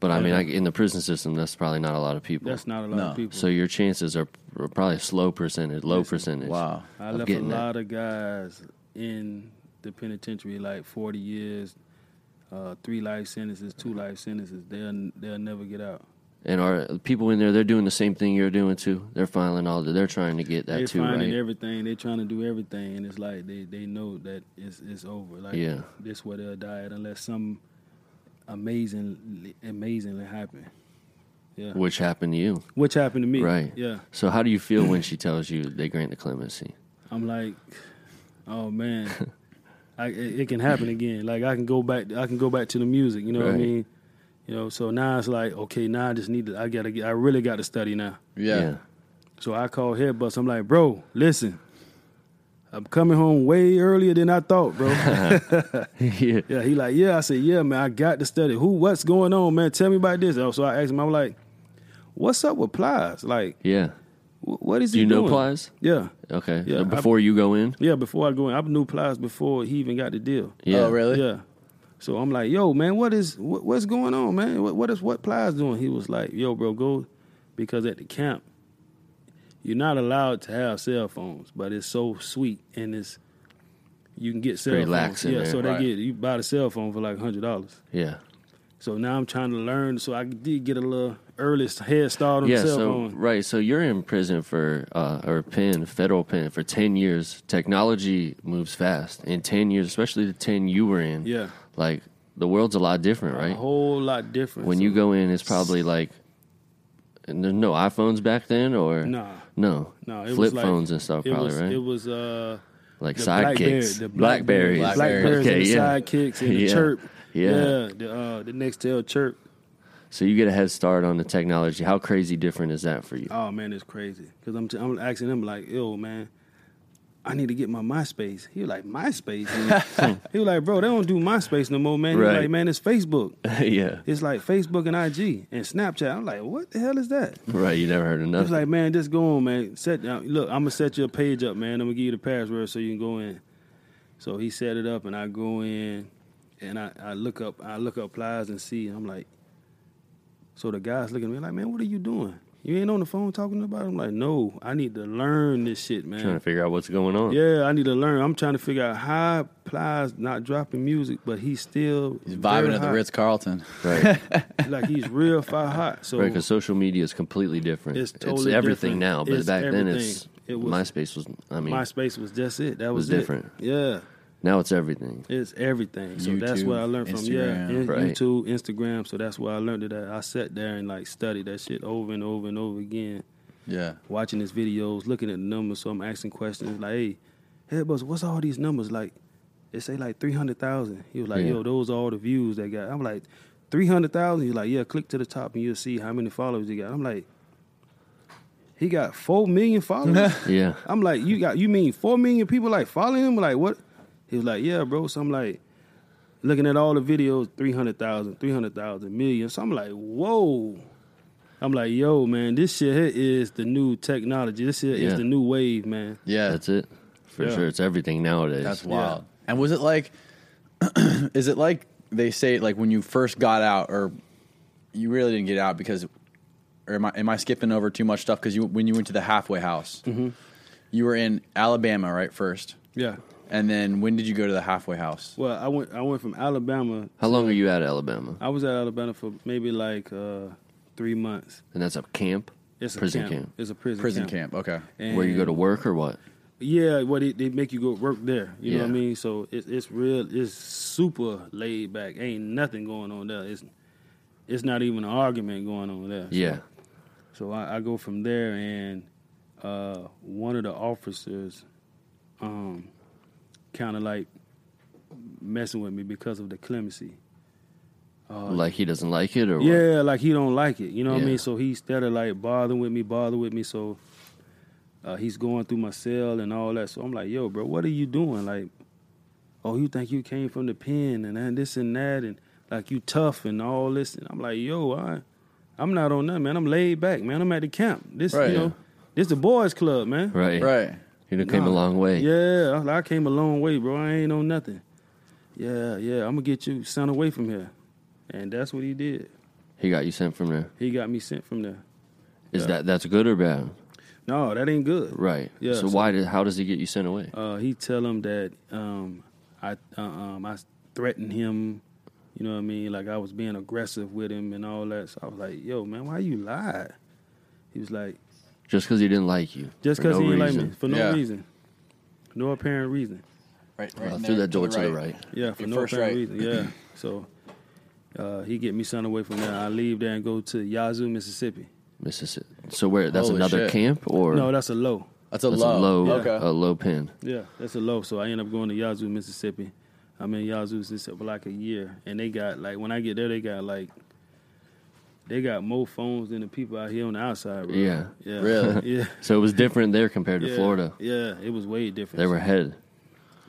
B: But I mean, I, in the prison system, that's probably not a lot of people.
C: That's not a lot
A: No.
C: of people.
B: So your chances are are probably a slow percentage, low percentage.
A: wow.
C: I
B: of
C: left a
B: getting that.
C: lot of guys in the penitentiary, like forty years, uh, three life sentences, two life sentences. They'll they'll never get out.
B: And are people in there? They're doing the same thing you're doing too. They're filing all the. They're trying to get that
C: They're
B: too,
C: finding
B: right?
C: everything. They're trying to do everything, and it's like they, they know that it's it's over. Like
B: Yeah.
C: this where they'll die at unless some amazing amazingly happen. Yeah,
B: Which happened to you,
C: which happened to me.
B: right?
C: Yeah,
B: So how do you feel
C: [LAUGHS]
B: when she tells you they grant the clemency?
C: I'm like, oh man, [LAUGHS] I, it, it can happen again. Like I can go back. I can go back to the music. You know what I
B: Right.
C: mean? You know. So now it's like, okay, now I just need to. I gotta. get- I really got to study now.
A: Yeah.
C: So I call Headbus. I'm like, bro, listen, I'm coming home way earlier than I
B: [LAUGHS]
C: thought, bro.
B: Yeah. [LAUGHS] yeah.
C: yeah. He like, yeah. I said, yeah, man. I got to study. Who? What's going on, man? Tell me about this. Oh, so I asked him. I'm like, what's up with Plies? Like,
B: Yeah.
C: wh- what is
B: Do
C: he
B: you know
C: doing?
B: Plies?
C: Yeah.
B: Okay.
C: Yeah,
B: So
C: I-
B: before you go in.
C: Yeah, before I go in, I knew Plies before he even got the deal.
B: Yeah.
A: Oh, really?
C: Yeah. So I'm like, yo, man, what is what, what's going on, man? What, what is what Plies doing? He was like, yo, bro, go because at the camp, you're not allowed to have cell phones, but it's so sweet and it's you can get cell
B: Very
C: phones.
B: lax in
C: yeah,
B: there.
C: so they
A: Right.
C: get you buy the cell phone for like hundred dollars.
B: Yeah.
C: So now I'm trying to learn. So I did get a little early head start on
B: Yeah.
C: the cell
B: So
C: phone.
B: right. So you're in prison for uh, or pen, federal pen for ten years. Technology moves fast. In ten years, especially the ten you were in.
C: Yeah.
B: Like the world's a lot different,
C: A
B: right?
C: whole lot different.
B: when
C: So-
B: you go in, it's probably like and there's no iPhones back then, or
C: Nah.
B: no,
C: no, it
B: flip
C: was like,
B: phones and stuff,
C: it
B: probably
C: was,
B: right?
C: It was uh
B: like
C: the
B: sidekicks, blackberries,
C: Blackberry,
A: Blackberries.
C: the Blackberries and
B: Okay,
C: the
B: yeah.
C: sidekicks and the
B: Yeah.
C: chirp.
B: Yeah.
C: the uh, the next tail chirp.
B: So you get a head start on the technology. How crazy different is that for
C: [LAUGHS]
B: you?
C: Oh man, it's crazy. Cause I'm t- I'm asking him like, yo man, I need to get my MySpace. He was like MySpace.
B: [LAUGHS]
C: [LAUGHS] he was like, bro, they don't do MySpace no more, man. He was
B: Right.
C: like, man, it's Facebook.
B: yeah,
C: It's like Facebook and IG and Snapchat. I'm like, what the hell is that?
B: right. You never heard of
C: He was
B: nothing.
C: like, man, just go on, man. Set down. Look, I'm gonna set your page up, man. I'm gonna give you the password so you can go in. So he set it up, and I go in, and I, I look up, I look up plies and see. I'm like, so the guys looking at me like, man, what are you doing? You ain't on the phone talking about. It? I'm like, no, I need to learn this shit, man.
B: Trying to figure out what's going on.
C: Mm. yeah, I need to learn. I'm trying to figure out how Plies not dropping music, but he's still
A: He's vibing
C: very
A: at the
C: hot.
A: Ritz Carlton.
C: [LAUGHS]
B: Right.
C: like he's real fire hot. So
B: Because social media is completely different.
C: It's totally
B: everything
C: different.
B: now, but
C: It's
B: back then it's
C: everything. It was-
B: MySpace was. I mean,
C: MySpace was just it. That
B: was
C: was,
B: different.
C: It. Yeah.
B: now it's everything.
C: It's everything. So that's
A: YouTube,
C: what I learned from yeah,
A: Instagram.
C: in-
B: Right.
C: YouTube, Instagram. So that's why I learned it. at. I sat there and like studied that shit over and over and over again,
A: Yeah.
C: watching his videos, looking at the numbers. So I'm asking questions like, "Hey, Headbus, what's all these numbers like?" They say like three hundred thousand. He was like,
B: Yeah.
C: "Yo, those are all the views they got." I'm like, 300,000? He's like, "Yeah, click to the top and you'll see how many followers he got." I'm like, "He got four million followers."
B: [LAUGHS] Yeah.
C: I'm like, you got you mean four million people like following him? Like what? He was like, yeah, bro. So I'm like, looking at all the videos, 300,000, 300,000, million. So I'm like, whoa. I'm like, yo, man, this shit here is the new technology. This shit
B: Yeah.
C: is the new wave, man.
A: Yeah.
B: That's it. For
C: Yeah.
B: sure, it's everything nowadays.
A: That's wild. And was it like, [CLEARS THROAT] is it like they say like when you first got out, or you really didn't get out because, or am I am I skipping over too much stuff? Because you when you went to the halfway house,
C: Mm-hmm.
A: you were in Alabama right first,
C: Yeah.
A: and then when did you go to the halfway house?
C: Well, I went I went from Alabama.
B: How long are you at Alabama?
C: I was at Alabama for maybe like uh, three months.
B: And that's a camp?
C: It's a
B: prison
C: camp. It's a prison
A: Prison
C: camp.
A: camp. Okay.
B: Where you go to work or what?
C: Yeah, well, they, they make you go work there. You know what I
B: Yeah.
C: mean? So it's it's real. It's super laid back. Ain't nothing going on there. It's it's not even an argument going on there.
B: Yeah.
C: So I, I go from there, and uh, one of the officers, um, kind of like messing with me because of the clemency.
B: like he doesn't like it or what?
C: Yeah, like he don't like it. You know what I
B: Yeah.
C: mean? So he started like bothering with me, bothering with me. So uh, he's going through my cell and all that. So I'm like, yo, bro, what are you doing? Like, oh, you think you came from the pen and then this and that and like you tough and all this. And I'm like, yo, I, I'm not on that, man. I'm laid back, man. I'm at the camp. This,
A: Right.
C: you know, this the boys club, man.
B: right
A: Right.
B: he done came a
C: Nah.
B: long way
C: Yeah, I- I came a long way, bro. I ain't on nothing. Yeah, yeah, I'm gonna get you sent away from here, and that's what he did.
B: he got you sent from there
C: He got me sent from there.
B: is that that's good or bad
C: No, that ain't good.
B: right
C: Yeah,
B: so,
C: so-
B: why did how does he get you sent away
C: Uh, he tell him that um, I uh, um, I threatened him. You know what I mean? Like I was being aggressive with him and all that. So I was like, "Yo, man, why you lied?" He was like,
B: just because he didn't like you
C: "Just
B: for
C: because
B: no
C: he didn't like
B: reason.
C: me for no
A: Yeah.
C: reason, no apparent reason."
A: Right.
B: Uh,
A: right
B: through
A: there,
B: that door to the right,
C: Yeah, for
A: Your
C: no
A: first
C: apparent
A: right. [LAUGHS]
C: reason. Yeah. So uh, he get me sent away from there. I leave there and go to Yazoo, Mississippi.
B: Mississippi. So where? That's
A: Holy
B: another
A: shit.
B: camp or
C: No, that's a low.
A: That's a
B: that's
A: low.
B: a low uh,
A: Okay.
B: a low pin.
C: Yeah, that's a low. So I end up going to Yazoo, Mississippi. I'm in Yazoo since for like a year, and they got like when I get there, they got like they got more phones than the people out here on the outside. Bro.
B: Yeah.
C: yeah,
A: Really?
B: [LAUGHS]
C: [LAUGHS] yeah.
B: So it was different there compared to
C: yeah.
B: Florida.
C: yeah, it was way different.
B: They were ahead.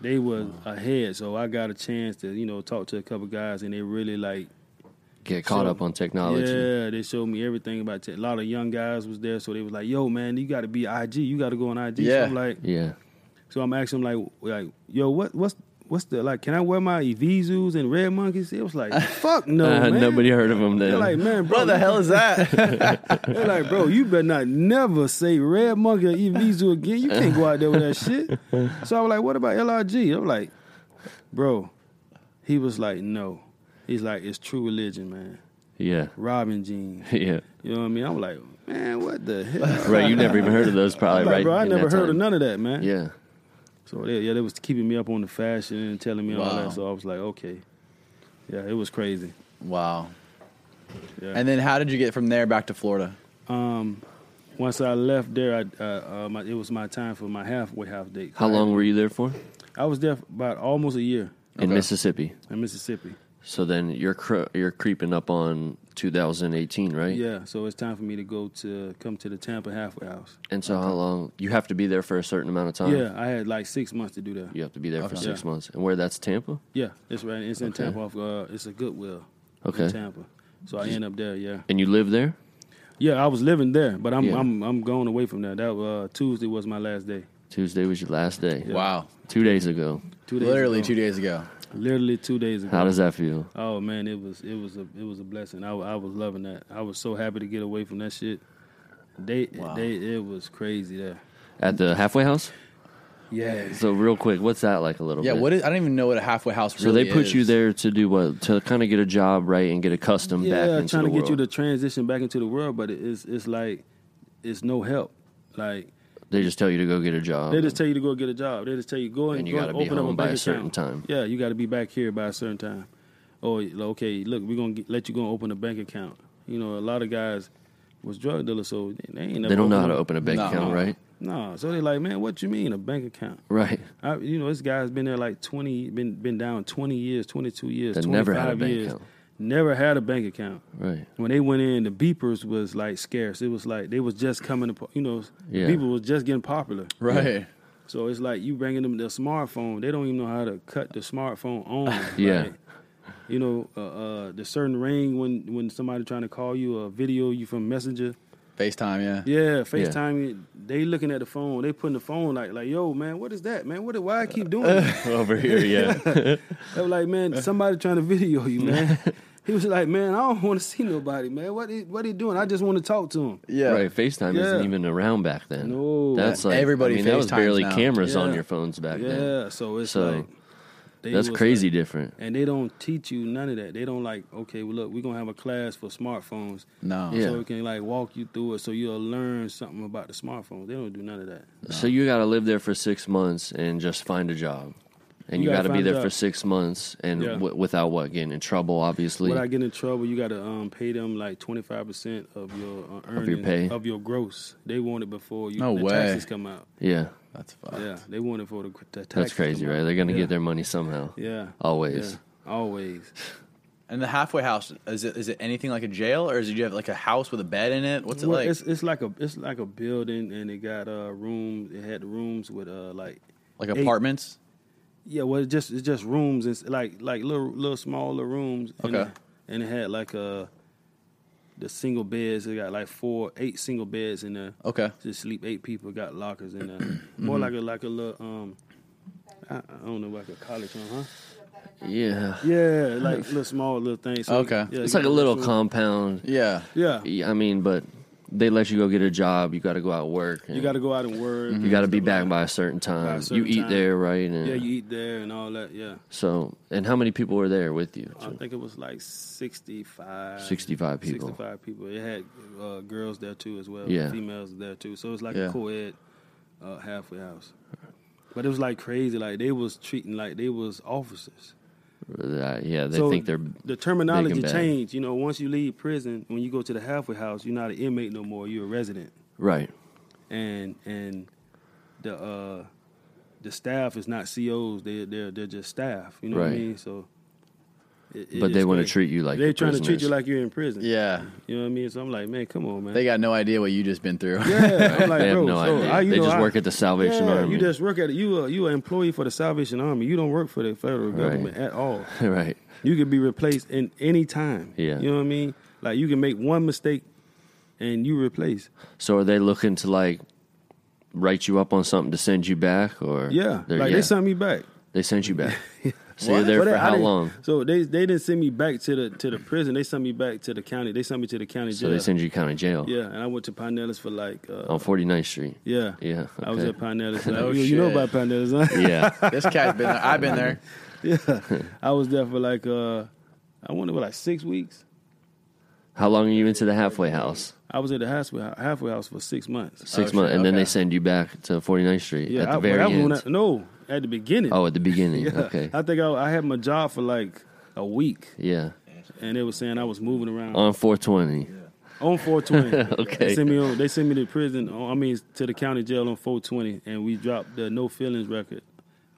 C: they was ahead, so I got a chance to you know talk to a couple guys, and they really like
B: Get caught
C: So-
B: up on technology.
C: Yeah, they showed me everything about tech. A lot of young guys was there, so they was like, "Yo, man, you got to be IG. You got to go on IG." So
A: Yeah.
C: I'm like,
B: Yeah.
C: so I'm asking them like, like, "Yo, what, what's, what's the like? Can I wear my Evizus and Red Monkeys?" It
B: [LAUGHS]
C: was like, "Fuck no,
B: Uh,
C: man."
B: nobody heard of him
C: They're
B: then.
C: like, man, bro,
A: What the hell is
B: [LAUGHS]
A: that?
C: [LAUGHS] They're like, bro, you better not never say Red Monkey or Evizu again. You can't go out there with that shit.
B: [LAUGHS]
C: So I was like, what about LRG? I'm like, bro. He was like, no. He's like, it's true religion, man.
B: yeah. [LAUGHS]
C: Robin jeans.
B: Yeah.
C: You know what I mean? I'm like, man, what the hell?
B: Right. You never even heard of those, probably.
C: I'm like,
B: right.
C: bro, I
B: in
C: never
B: that
C: heard of
B: time.
C: none of that, man.
B: Yeah.
C: So they, yeah, they was keeping me up on the fashion and telling me all
A: Wow.
C: that. So I was like, okay. Yeah, it was crazy.
A: wow.
C: Yeah.
A: And then how did you get from there back to Florida?
C: um, once I left there, I, uh, uh, my, it was my time for my halfway half date.
B: How long were you there for?
C: I was there for about almost a year
B: In
A: Okay.
B: Mississippi.
C: in Mississippi.
B: So then you're cr- you're creeping up on 2018, right?
C: Yeah, so it's time for me to go to come to the Tampa halfway house.
B: And so how long? You have to be there for a certain amount of time.
C: Yeah, I had like six months to do that.
B: You have to be there for
A: Okay.
B: six
C: Yeah.
B: months. And where? That's Tampa.
C: Yeah, it's right. It's in
B: Okay.
C: Tampa. Off, uh, it's a Goodwill.
B: Okay.
C: In Tampa. So I end up there. Yeah.
B: And you live there.
C: Yeah, I was living there, but I'm
B: Yeah.
C: I'm I'm going away from there. That uh, Tuesday was my last day.
B: Tuesday was your last day.
A: Wow.
B: Two days ago.
C: Two days
A: Literally
C: ago.
A: two days ago.
C: Literally two days ago.
B: How does that feel?
C: Oh man, it was it was a it was a blessing. I, I was loving that. I was so happy to get away from that shit. They
A: Wow.
C: they it was crazy there.
B: At the halfway house?
C: Yeah.
B: So real quick, what's that like a little
A: Yeah.
B: bit?
A: What is? I don't even know what a halfway house.
B: so
A: really
B: they put
A: is.
B: you there to do what? To kind of get a job right and get accustomed
C: Yeah,
B: back into
C: trying
B: the
C: to get you to
B: world.
C: transition back into the world, but it- it's it's like it's no help. Like
B: They just tell you to go get a job.
C: they just tell you to go get a job. They just tell you go and,
B: And you
C: go
B: gotta be
C: open up
B: home
C: a
B: by
C: bank
B: a certain
C: account.
B: time.
C: Yeah, you got to be back here by a certain time. Oh, okay. Look, we're gonna get, let you go and open a bank account. You know, a lot of guys was drug dealers, so they, they ain't.
B: they don't know how to open a bank
A: No.
B: account,
C: [LAUGHS]
B: right?
C: No, so they like, man, what you mean a bank account?
B: Right.
C: I, you know, this guy's been there like twenty, been been down twenty years, twenty two years,
B: That
C: twenty
B: never had a
C: five
B: bank
C: years,
B: account.
C: never had a bank account.
B: Right.
C: When they went in, the beepers was like scarce. It was like they was just coming, to, you know,
B: Yeah.
C: people was just getting popular.
A: [LAUGHS] Right.
C: So it's like you bringing them the smartphone. They don't even know how to cut the smartphone on.
B: [LAUGHS] Yeah.
C: Like, you know, uh, uh, the certain ring when when somebody trying to call you or video you from Messenger.
A: FaceTime. Yeah.
C: Yeah, FaceTime. you They looking at the phone. They putting the phone like like, yo, man, what is that, man? What? Why I keep doing
B: [LAUGHS]
C: that?
B: Over here, yeah.
C: They were like, man, somebody trying to video you,
B: [LAUGHS]
C: man. he was like, man, I don't want to see nobody, man. What he, what he doing? I just want to talk to him.
A: Yeah.
B: Right. FaceTime isn't
C: [LAUGHS] Yeah.
B: even around back then.
C: No.
B: That's like
A: Everybody
B: I mean, that was
A: FaceTimes
B: barely
A: now.
B: cameras on
C: Yeah.
B: your phones back then.
C: Yeah, so it's
B: So,
C: like they
B: That's
C: was
B: crazy
C: like-
B: different.
C: and they don't teach you none of that. They don't like, okay, well, look, we're gonna have a class for smartphones,
A: No.
B: Yeah.
C: so we can like walk you through it, so you'll learn something about the smartphone. They don't do none of that.
B: So you got to live there for six months and just find a job, and
C: You
B: you,
C: gotta
B: got to be
C: find a
B: there
C: job.
B: for six months and
C: Yeah.
B: w- without what getting in trouble, obviously.
C: When I get in trouble, you gotta um, pay them like twenty five percent of your uh, earnings,
B: pay.
C: of your gross. They want it before you
A: No
C: the
A: way.
C: taxes come out.
B: yeah,
A: That's fine.
C: Yeah, they want it for the, the taxes.
B: that's crazy,
C: come out.
B: right? They're gonna
C: Yeah.
B: get their money somehow.
C: Yeah.
B: Always.
C: Yeah. Always.
A: And the halfway house is it is it anything like a jail or is it you have like a house with a bed in it? What's it
C: Well,
A: like?
C: It's, it's like a it's like a building, and it got uh rooms. It had rooms with uh like
A: like
C: eight-
A: apartments?
C: yeah, well, it's just it's just rooms. It's like like little little smaller rooms. And
A: Okay.
C: it- and it had like uh the single beds. It got like four eight single beds in there.
A: Okay.
C: to sleep eight people. Got lockers
B: [CLEARS THROAT]
C: in there. More
B: Mm-hmm.
C: like a like a little um. I, I don't know, like a college room, huh?
B: Yeah.
C: Yeah, [LAUGHS] like little small little thing. So,
A: Okay.
C: yeah,
B: It's
C: you
B: like a
C: got
B: little
C: room.
B: compound.
A: Yeah.
C: Yeah,
B: Yeah, I mean, but they let you go get a job. You got to go out and work.
C: you got to go out and work.
B: Mm-hmm. You got to be back by a certain time.
C: By a
B: you
C: certain
B: eat
C: time.
B: there, right? And
C: Yeah, you eat there and all that. Yeah,
B: so, and how many people were there with you?
C: I think it was like 65,
B: 65 people.
C: 65 people. It had uh, girls there too as well.
B: Yeah.
C: females there too. So it was like
A: Yeah.
C: a co-ed uh, halfway house. But it was like crazy. Like they was treating like they was officers.
B: That- Uh, yeah, they
C: So
B: think they're
C: the terminology
B: bad.
C: changed. You know, once you leave prison, when you go to the halfway house, you're not an inmate no more. You're a resident,
B: right.
C: and and the uh, the staff is not COs. They they're they're just staff. You know what I
B: Right.
C: mean? So. it- it
B: But they
C: is
B: want to
C: crazy.
B: treat you like
C: They're
B: you're
C: trying to treat you
B: prisoners.
C: like you're in prison.
A: Yeah.
C: you know what I mean. So I'm like, man, come on, man.
A: They got no idea what you just been through.
C: [LAUGHS] yeah, I'm like,
B: [LAUGHS] they have
C: bro,
B: no
C: so
B: idea.
C: I, you
B: they
C: know,
B: just
C: I-
B: work at the Salvation
C: yeah,
B: Army.
C: You just work at you. A, you an employee for the Salvation Army. You don't work for the federal
B: Right.
C: government at all.
B: [LAUGHS] right.
C: You could be replaced in any time.
B: Yeah.
C: You know what I mean? Like you can make one mistake and you replace.
B: So are they looking to like write you up on something to send you back, or
C: Yeah.
B: they're-
C: like
B: yeah,
C: they sent me back.
B: they sent you
C: [LAUGHS]
B: back. so you're
C: What?
B: there
C: But
B: for
C: they- I
B: how
C: didn't-
B: long?
C: So they they didn't send me back to the to the prison. They sent me back to the county. They sent me to the county
B: So
C: jail.
B: they send you county jail
C: yeah, and I went to Pinellas for like uh,
B: on 49th Street.
C: yeah.
B: Yeah,
C: I was
B: okay.
C: at oh,
B: [LAUGHS]
C: Pinellas. Like,
A: No
C: you, you know
A: shit.
C: about Pinellas, [LAUGHS] huh?
A: [LAUGHS]
B: Yeah,
A: this cat's been there. I've been there.
C: I was there for like uh I wonder what like six weeks.
B: how long are you into the halfway house?
C: I was at the halfway halfway house for six months.
B: Six
A: Oh,
B: months,
A: shit,
B: and then
A: okay.
B: they send you back to 49th Street
C: Yeah,
B: at the
C: I,
B: very
C: well, that was
B: end.
C: when I- no, at the beginning. [LAUGHS]
B: oh, at the beginning.
C: Yeah.
B: Okay.
C: I think I, I had my job for like a week,
B: Yeah,
C: and they were saying I was moving around
B: on 420.
C: on 420.
B: Oh. [LAUGHS] Okay.
C: They sent me on, they sent me to prison. On, I mean, to the county jail on 420, and we dropped the no feelings record.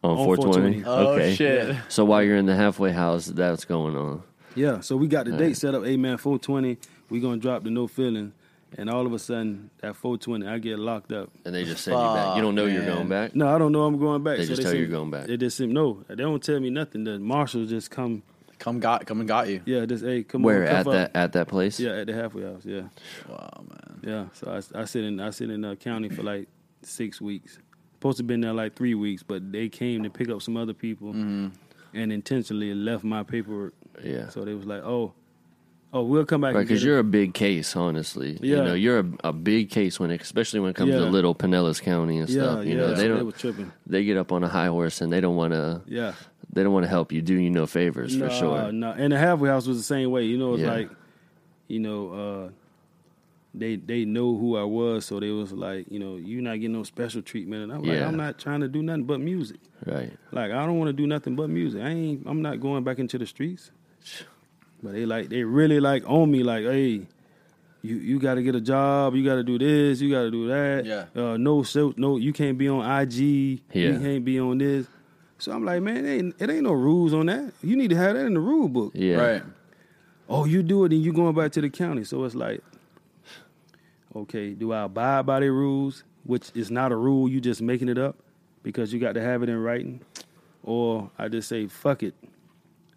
B: On
C: On
B: 420.
C: 420.
A: Oh
B: okay.
A: shit.
B: So while you're in the halfway house, that's going on.
C: Yeah, so we got the date set up. Hey man, 420, we gonna drop the no feelings, and all of a sudden at 420, I get locked up.
B: And they just send you back. You don't know you're
A: Fuck,
B: going
A: man.
B: back.
C: No, I don't know I'm going back.
B: They just tell
C: sent-
B: you you're going back.
C: They just seem no. They don't tell me nothing. The marshals just come.
A: Come got come and got you.
C: Yeah, just hey, come
B: Where
C: on, come
B: at
C: up.
B: that at that place?
C: Yeah, at the halfway house. Yeah,
A: Wow, man.
C: yeah. So I, I sit in I sit in uh, county for like six weeks. Supposed to been there like three weeks, but they came to pick up some other people
B: Mm-hmm.
C: and intentionally left my paperwork.
B: Yeah.
C: So they was like, oh, oh, we'll come back.
B: Right,
C: and get
B: because
C: it.
B: you're a big case, honestly. You
C: Yeah.
B: know, you're a, a big case when, especially when it comes to
C: Yeah.
B: little Pinellas County and
C: yeah,
B: stuff. You
C: yeah.
B: know, they
C: so they were
B: don't.
C: tripping.
B: They get up on a high horse and they don't want to.
C: Yeah.
B: They don't want to help you. Do you no favors
C: no,
B: for sure?
C: No, and the halfway house was the same way. You know, it's
B: Yeah.
C: like, you know, uh, they they know who I was, so they was like, you know, you're not getting no special treatment, and I'm like,
B: Yeah.
C: I'm not trying to do nothing but music.
B: Right.
C: Like I don't want to do nothing but music. I ain't. I'm not going back into the streets. But they like they really like on me. Like, hey, you you got to get a job. You got to do this. You got to do that.
A: Yeah.
C: Uh, no, so no, you can't be on IG.
B: Yeah.
C: You can't be on this. So I'm like, man, it ain't, it ain't no rules on that. You need to have that in the rule book.
B: Yeah.
A: Right.
C: Oh, you do it, and you going back to the county. So it's like, okay, do I abide by the rules, which is not a rule, you just making it up because you got to have it in writing, or I just say fuck it.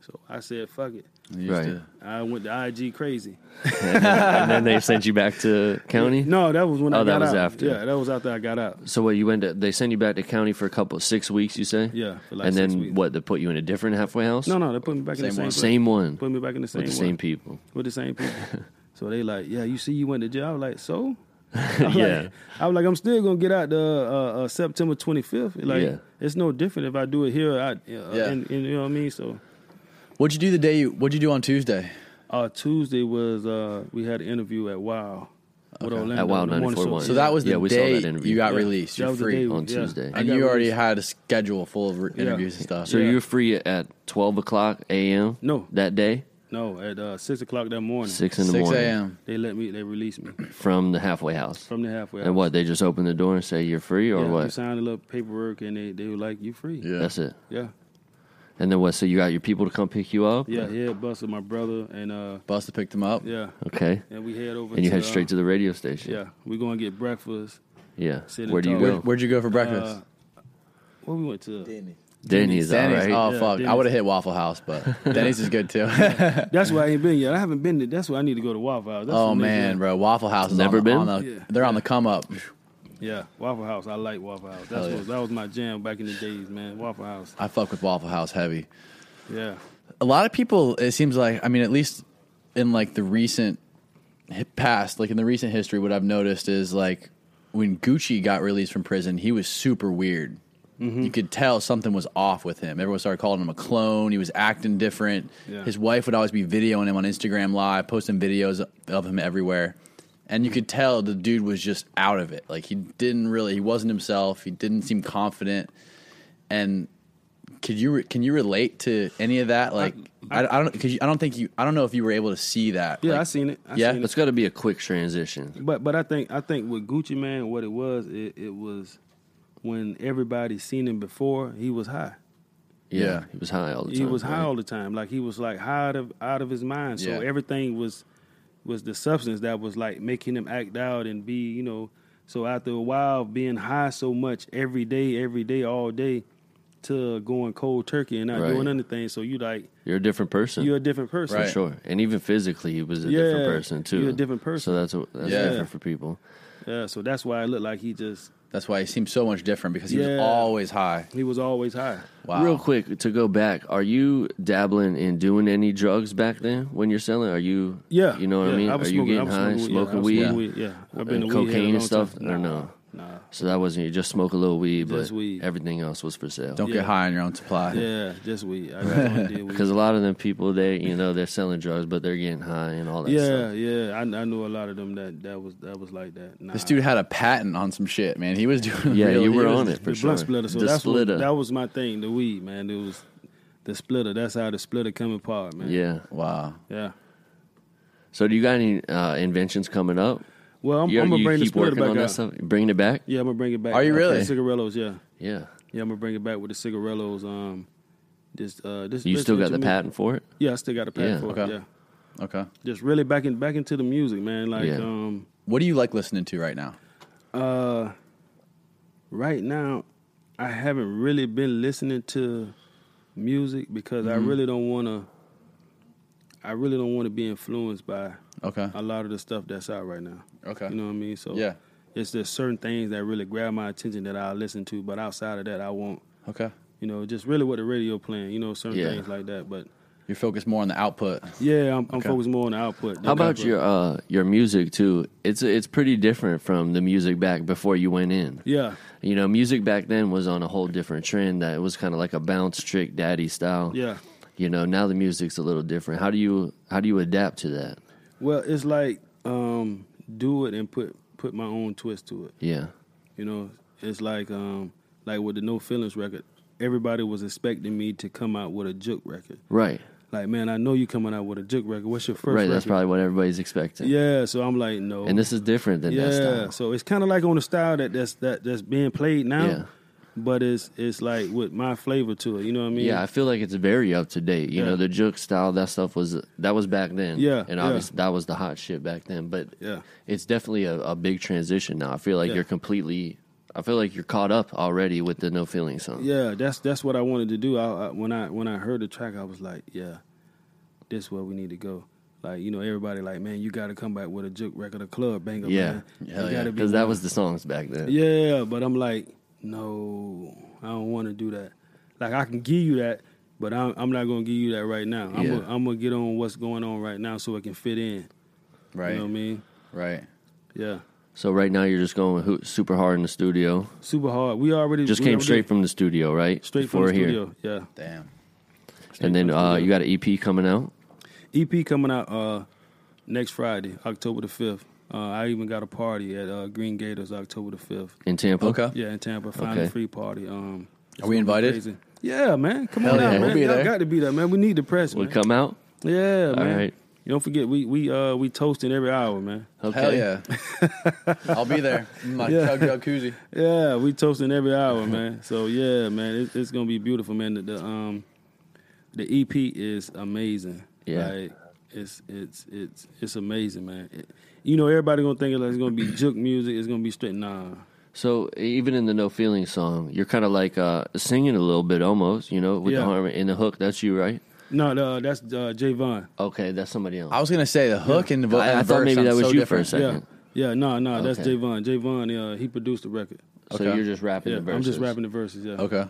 C: So I said fuck it.
A: You used
B: Right.
A: to-
C: I went to IG crazy.
B: and then they sent you back to county.
C: No, that was when
B: Oh,
C: I
B: that
C: got
B: was
C: out.
B: after.
C: Yeah, that was after I got out.
B: So what you went? To, they send you back to county for a couple six weeks. You say?
C: Yeah, for like
B: and
C: six
B: then
C: weeks.
B: what? They put you in a different halfway house.
C: No, no, they put me back in
A: Same
C: the same
A: one.
C: place.
B: Same one
C: Put me back in the same
B: with the
C: one.
B: same people.
C: with the same people. [LAUGHS] so they like, yeah, you see, you went to jail. I was
B: [LAUGHS]
C: like, so. I was
B: Yeah.
C: like, I was like, I'm still gonna get out the uh, uh, September 25th. Like,
B: Yeah.
C: it's no different if I do it here. I, uh,
A: Yeah.
C: and, and you know what I mean. So,
A: What'd you do the day you what'd you do on Tuesday?
C: uh, Tuesday was uh, we had an interview at Wow with Orlando
B: At Wow
C: in the morning
B: 94.1.
C: show.
A: So that was the
B: Yeah, we saw
A: day
B: that interview.
A: you got
C: Yeah,
A: released.
C: that
A: You're
C: was the
A: free.
C: day-
B: on
C: yeah.
B: Tuesday.
C: I
A: and
C: got
A: you already
C: released.
A: had a schedule full of re-
C: Yeah.
A: interviews and stuff.
B: So
C: Yeah.
B: you're free at twelve o'clock a.m.
C: No.
B: that day,
C: no at uh, six o'clock that morning.
B: six in the
A: six
B: morning
A: a.m.
C: They let me. They released me
B: from the halfway house.
C: from the halfway.
B: And
C: house.
B: what? They just open the door and say you're free, or
C: Yeah, You
B: what?
C: signed a little paperwork and they they were like, you free.
A: Yeah.
B: That's it.
C: Yeah.
B: And then what? So you got your people to come pick you up?
C: Yeah, yeah, bus with my brother and uh
A: Busta picked them up.
C: yeah.
B: Okay.
C: And we head over
B: And you
C: to,
B: head straight to the radio
C: uh,
B: station.
C: Yeah. We're gonna get breakfast.
B: Yeah.
C: Sit and
B: Where do you
C: talk.
A: Where,
B: go?
A: where'd you go for breakfast?
C: Uh, what we went to
D: Denny.
B: Denny's. All
A: Denny's.
B: right.
A: Oh
C: Yeah,
A: fuck! I
C: Denny's.
A: would have hit Waffle House, [LAUGHS] but Denny's is good [LAUGHS] too.
C: That's why I ain't been yet. I haven't been to. That's why I need to go to Waffle House. That's
A: oh
C: the next
A: man,
C: one.
A: bro, Waffle House is
B: Never
A: on, the-
B: been?
A: on the.
C: Yeah.
A: They're on the come up.
C: Yeah, Waffle House. I like Waffle House. That's
A: Hell yeah.
C: what, that was my jam back in the days, man. Waffle House.
A: I fuck with Waffle House heavy.
C: Yeah,
A: A lot of people, it seems like, I mean, at least in like the recent hi- past, like in the recent history, what I've noticed is like when Gucci got released from prison, he was super weird. You could tell something was off with him. Everyone started calling him a clone. He was acting different.
C: Yeah.
A: His wife would always be videoing him on Instagram Live, posting videos of him everywhere. And you could tell the dude was just out of it. Like he didn't really, he wasn't himself. He didn't seem confident. And could you can you relate to any of that? Like I, I, don't because I don't think you I don't know if you were able to see that.
C: yeah.
A: Like,
C: I seen it. I
A: yeah,
C: seen it.
B: It's got to be a quick transition.
C: But but I think I think with Gucci man, what it was, it, it was when everybody seen him before, he was high.
B: Yeah.
A: Yeah.
B: He was high all the time.
C: He was high
B: right?
C: all the time. Like he was like high out of out of his mind. So
A: Yeah.
C: everything was was the substance that was like making him act out and be, you know. So after a while being high so much every day, every day, all day, to going cold turkey and not
B: Right.
C: doing anything. So you like
B: You're a different person.
C: you're a different person.
B: for
A: Right.
B: sure. And even physically, he was a
C: Yeah,
B: different person too.
C: you're a different
B: So
C: person.
B: that's a, that's
A: Yeah.
B: different for people.
C: Yeah, so that's why it looked like he just
A: That's why he seemed so much different because he was
C: Yeah.
A: always high.
C: he was always high.
A: Wow.
B: Real quick to go back, are you dabbling in doing any drugs back then when you're selling? Are you?
C: Yeah,
B: You know what
C: yeah,
B: I mean?
C: I was
B: are you
C: smoking- I
B: getting
C: was
B: high,
C: smoking weed, yeah, I
B: smoking
C: was
B: weed?
C: smoking weed, yeah. I've been
B: and
C: to weed head a
B: cocaine and
C: long
B: stuff,
C: time.
B: or no?
C: Nah,
B: So that wasn't you just smoke a little weed, but
C: Just weed.
B: everything else was for sale.
A: Don't
C: Yeah.
A: get high on your own supply.
C: yeah, just weed. I
B: [LAUGHS]
C: got no idea weed.
B: Because a lot of them people, they you know they're selling drugs, but they're getting high and all that.
C: Yeah,
B: stuff.
C: yeah. I, I knew a lot of them that that was that was like that. Nah.
A: This dude had a patent on some shit, man. He was doing.
B: Yeah,
A: real-
B: you
A: he
B: were
A: was-
B: on it for
C: the
B: sure.
C: blunt splitter. So
B: the
C: that's
B: splitter.
C: What, that was my thing. The weed, man. It was the splitter. That's how the splitter come apart, man.
B: yeah.
A: Wow.
C: yeah.
B: So do you got any uh, inventions coming up?
C: Well, I'm,
B: You-
C: I'm gonna
B: you
C: bring the
B: keep
C: splitter
B: working
C: back
B: on
C: out.
B: that stuff, bringing it back.
C: Yeah, I'm gonna bring it back.
A: Are you
C: Okay,
A: really?
C: cigarillos? Yeah,
B: Yeah.
C: yeah. I'm gonna bring it back with the cigarillos. Um, this uh, this.
B: You
C: this
B: still got the
C: instrument-
B: patent for it?
C: Yeah, I still got the patent
B: Yeah.
C: for
A: Okay.
C: it. Yeah,
A: Okay.
C: just really back in back into the music, man. Like
B: Yeah.
C: um,
A: What do you like listening to right now?
C: Uh, right now, I haven't really been listening to music because I really don't want to. I really don't want to be influenced by
A: Okay.
C: a lot of the stuff that's out right now.
A: Okay.
C: Uh, You know what I mean? So
A: Yeah.
C: it's there's certain things that really grab my attention that I listen to, but outside of that, I won't.
A: Okay.
C: You know, just really what the radio playing. You know, certain
B: Yeah.
C: things like that. But
A: You're focused more on the output.
C: yeah, I'm, I'm
A: Okay.
C: focused more on the output. than
B: How about
C: output.
B: your uh, your music too? It's it's pretty different from the music back before you went in.
C: Yeah,
B: You know, music back then was on a whole different trend that it was kind of like a bounce trick daddy style.
C: yeah.
B: You know, now the music's a little different. How do you how do you adapt to that?
C: Well, it's like um, do it and put put my own twist to it.
B: Yeah.
C: You know, it's like um like with the No Feelings record, everybody was expecting me to come out with a juke record.
B: Right.
C: Like, man, I know you coming out with a juke record. What's your first
B: right,
C: record?
B: that's probably what everybody's expecting.
C: Yeah, so I'm like, no.
B: And this is different than
C: yeah,
B: that style.
C: so it's kind of like on the style that that's that that's being played now,
B: Yeah.
C: but it's it's like with my flavor to it. You know what I mean?
B: Yeah, I feel like it's very up to date. You
C: Yeah.
B: know, the juke style, that stuff was that was back then.
C: Yeah,
B: and
C: yeah.
B: obviously that was the hot shit back then. But
C: Yeah.
B: it's definitely a, a big transition now. I feel like
C: Yeah.
B: you're completely. I feel like you're caught up already with the no feeling song.
C: Yeah, that's that's what I wanted to do. I, I when I when I heard the track, I was like, yeah, this where we need to go. Like you know, everybody like, man, you got to come back with a juke record, a club banger,
B: Yeah.
C: man. You
A: Hell yeah,
C: gotta be
B: because that
C: one.
B: was the songs back then.
C: yeah. But I'm like, no, I don't want to do that. Like I can give you that, but I'm, I'm not gonna give you that right now. I'm
B: Yeah.
C: gonna, I'm gonna get on what's going on right now so it can fit in.
A: Right.
C: You know what I mean?
A: Right.
C: Yeah.
B: So right now you're just going hoo- super hard in the studio.
C: Super hard. We already
B: Just
C: we
B: came
C: already-
B: straight from the studio, right?
C: straight from
B: Before
C: the
B: here.
C: studio. Yeah.
A: Damn.
B: And then
C: from the
B: uh,
C: studio.
B: you got an EP coming out.
C: EP E coming out uh, next Friday, October the fifth. Uh, I even got a party at uh, Green Gators October the fifth.
B: In Tampa,
A: Okay.
C: Yeah, in Tampa, find
B: Okay.
C: a free party. Um, it's
A: Are we
C: gonna be
A: invited?
C: crazy. Yeah, man. Come
A: Hell
C: on
A: yeah,
C: out,
A: we'll
C: man.
A: be
C: Y'all
A: there.
C: got to be there, man. We need the press,
B: would
C: man.
B: come out.
C: Yeah, man.
B: right.
C: You don't forget we we uh we toasting every hour, man.
B: Okay.
A: Hell yeah.
B: [LAUGHS]
A: I'll be there. in My
C: Yeah.
A: chug chug koozie.
C: Yeah, we toasting every hour, man. So yeah, man, it, it's gonna be beautiful, man. The, the um the EP is amazing.
B: Yeah.
C: Like, it's it's it's it's amazing, man. It- you know, everybody gonna think like it's gonna be juke music. It's gonna be straight. Nah,
B: So even in the No Feeling song, you're kind of like uh, singing a little bit almost, you know, with the
C: Yeah.
B: harmony in the hook. That's you, right?
C: no, no that's uh, Javon.
B: Okay, that's somebody else.
D: I was gonna say the hook and the, vo-
B: I-
D: and
B: I
D: the
B: thought
D: verse
B: maybe that
D: sound
B: was
D: so
B: you for a
D: different.
B: second. Second.
C: Yeah, yeah, no, no, that's
B: Okay.
C: Javon. Javon, uh, he produced the record.
B: so
A: okay.
B: you're just rapping
C: Yeah,
B: the verses.
C: I'm just rapping the verses. Yeah,
A: Okay.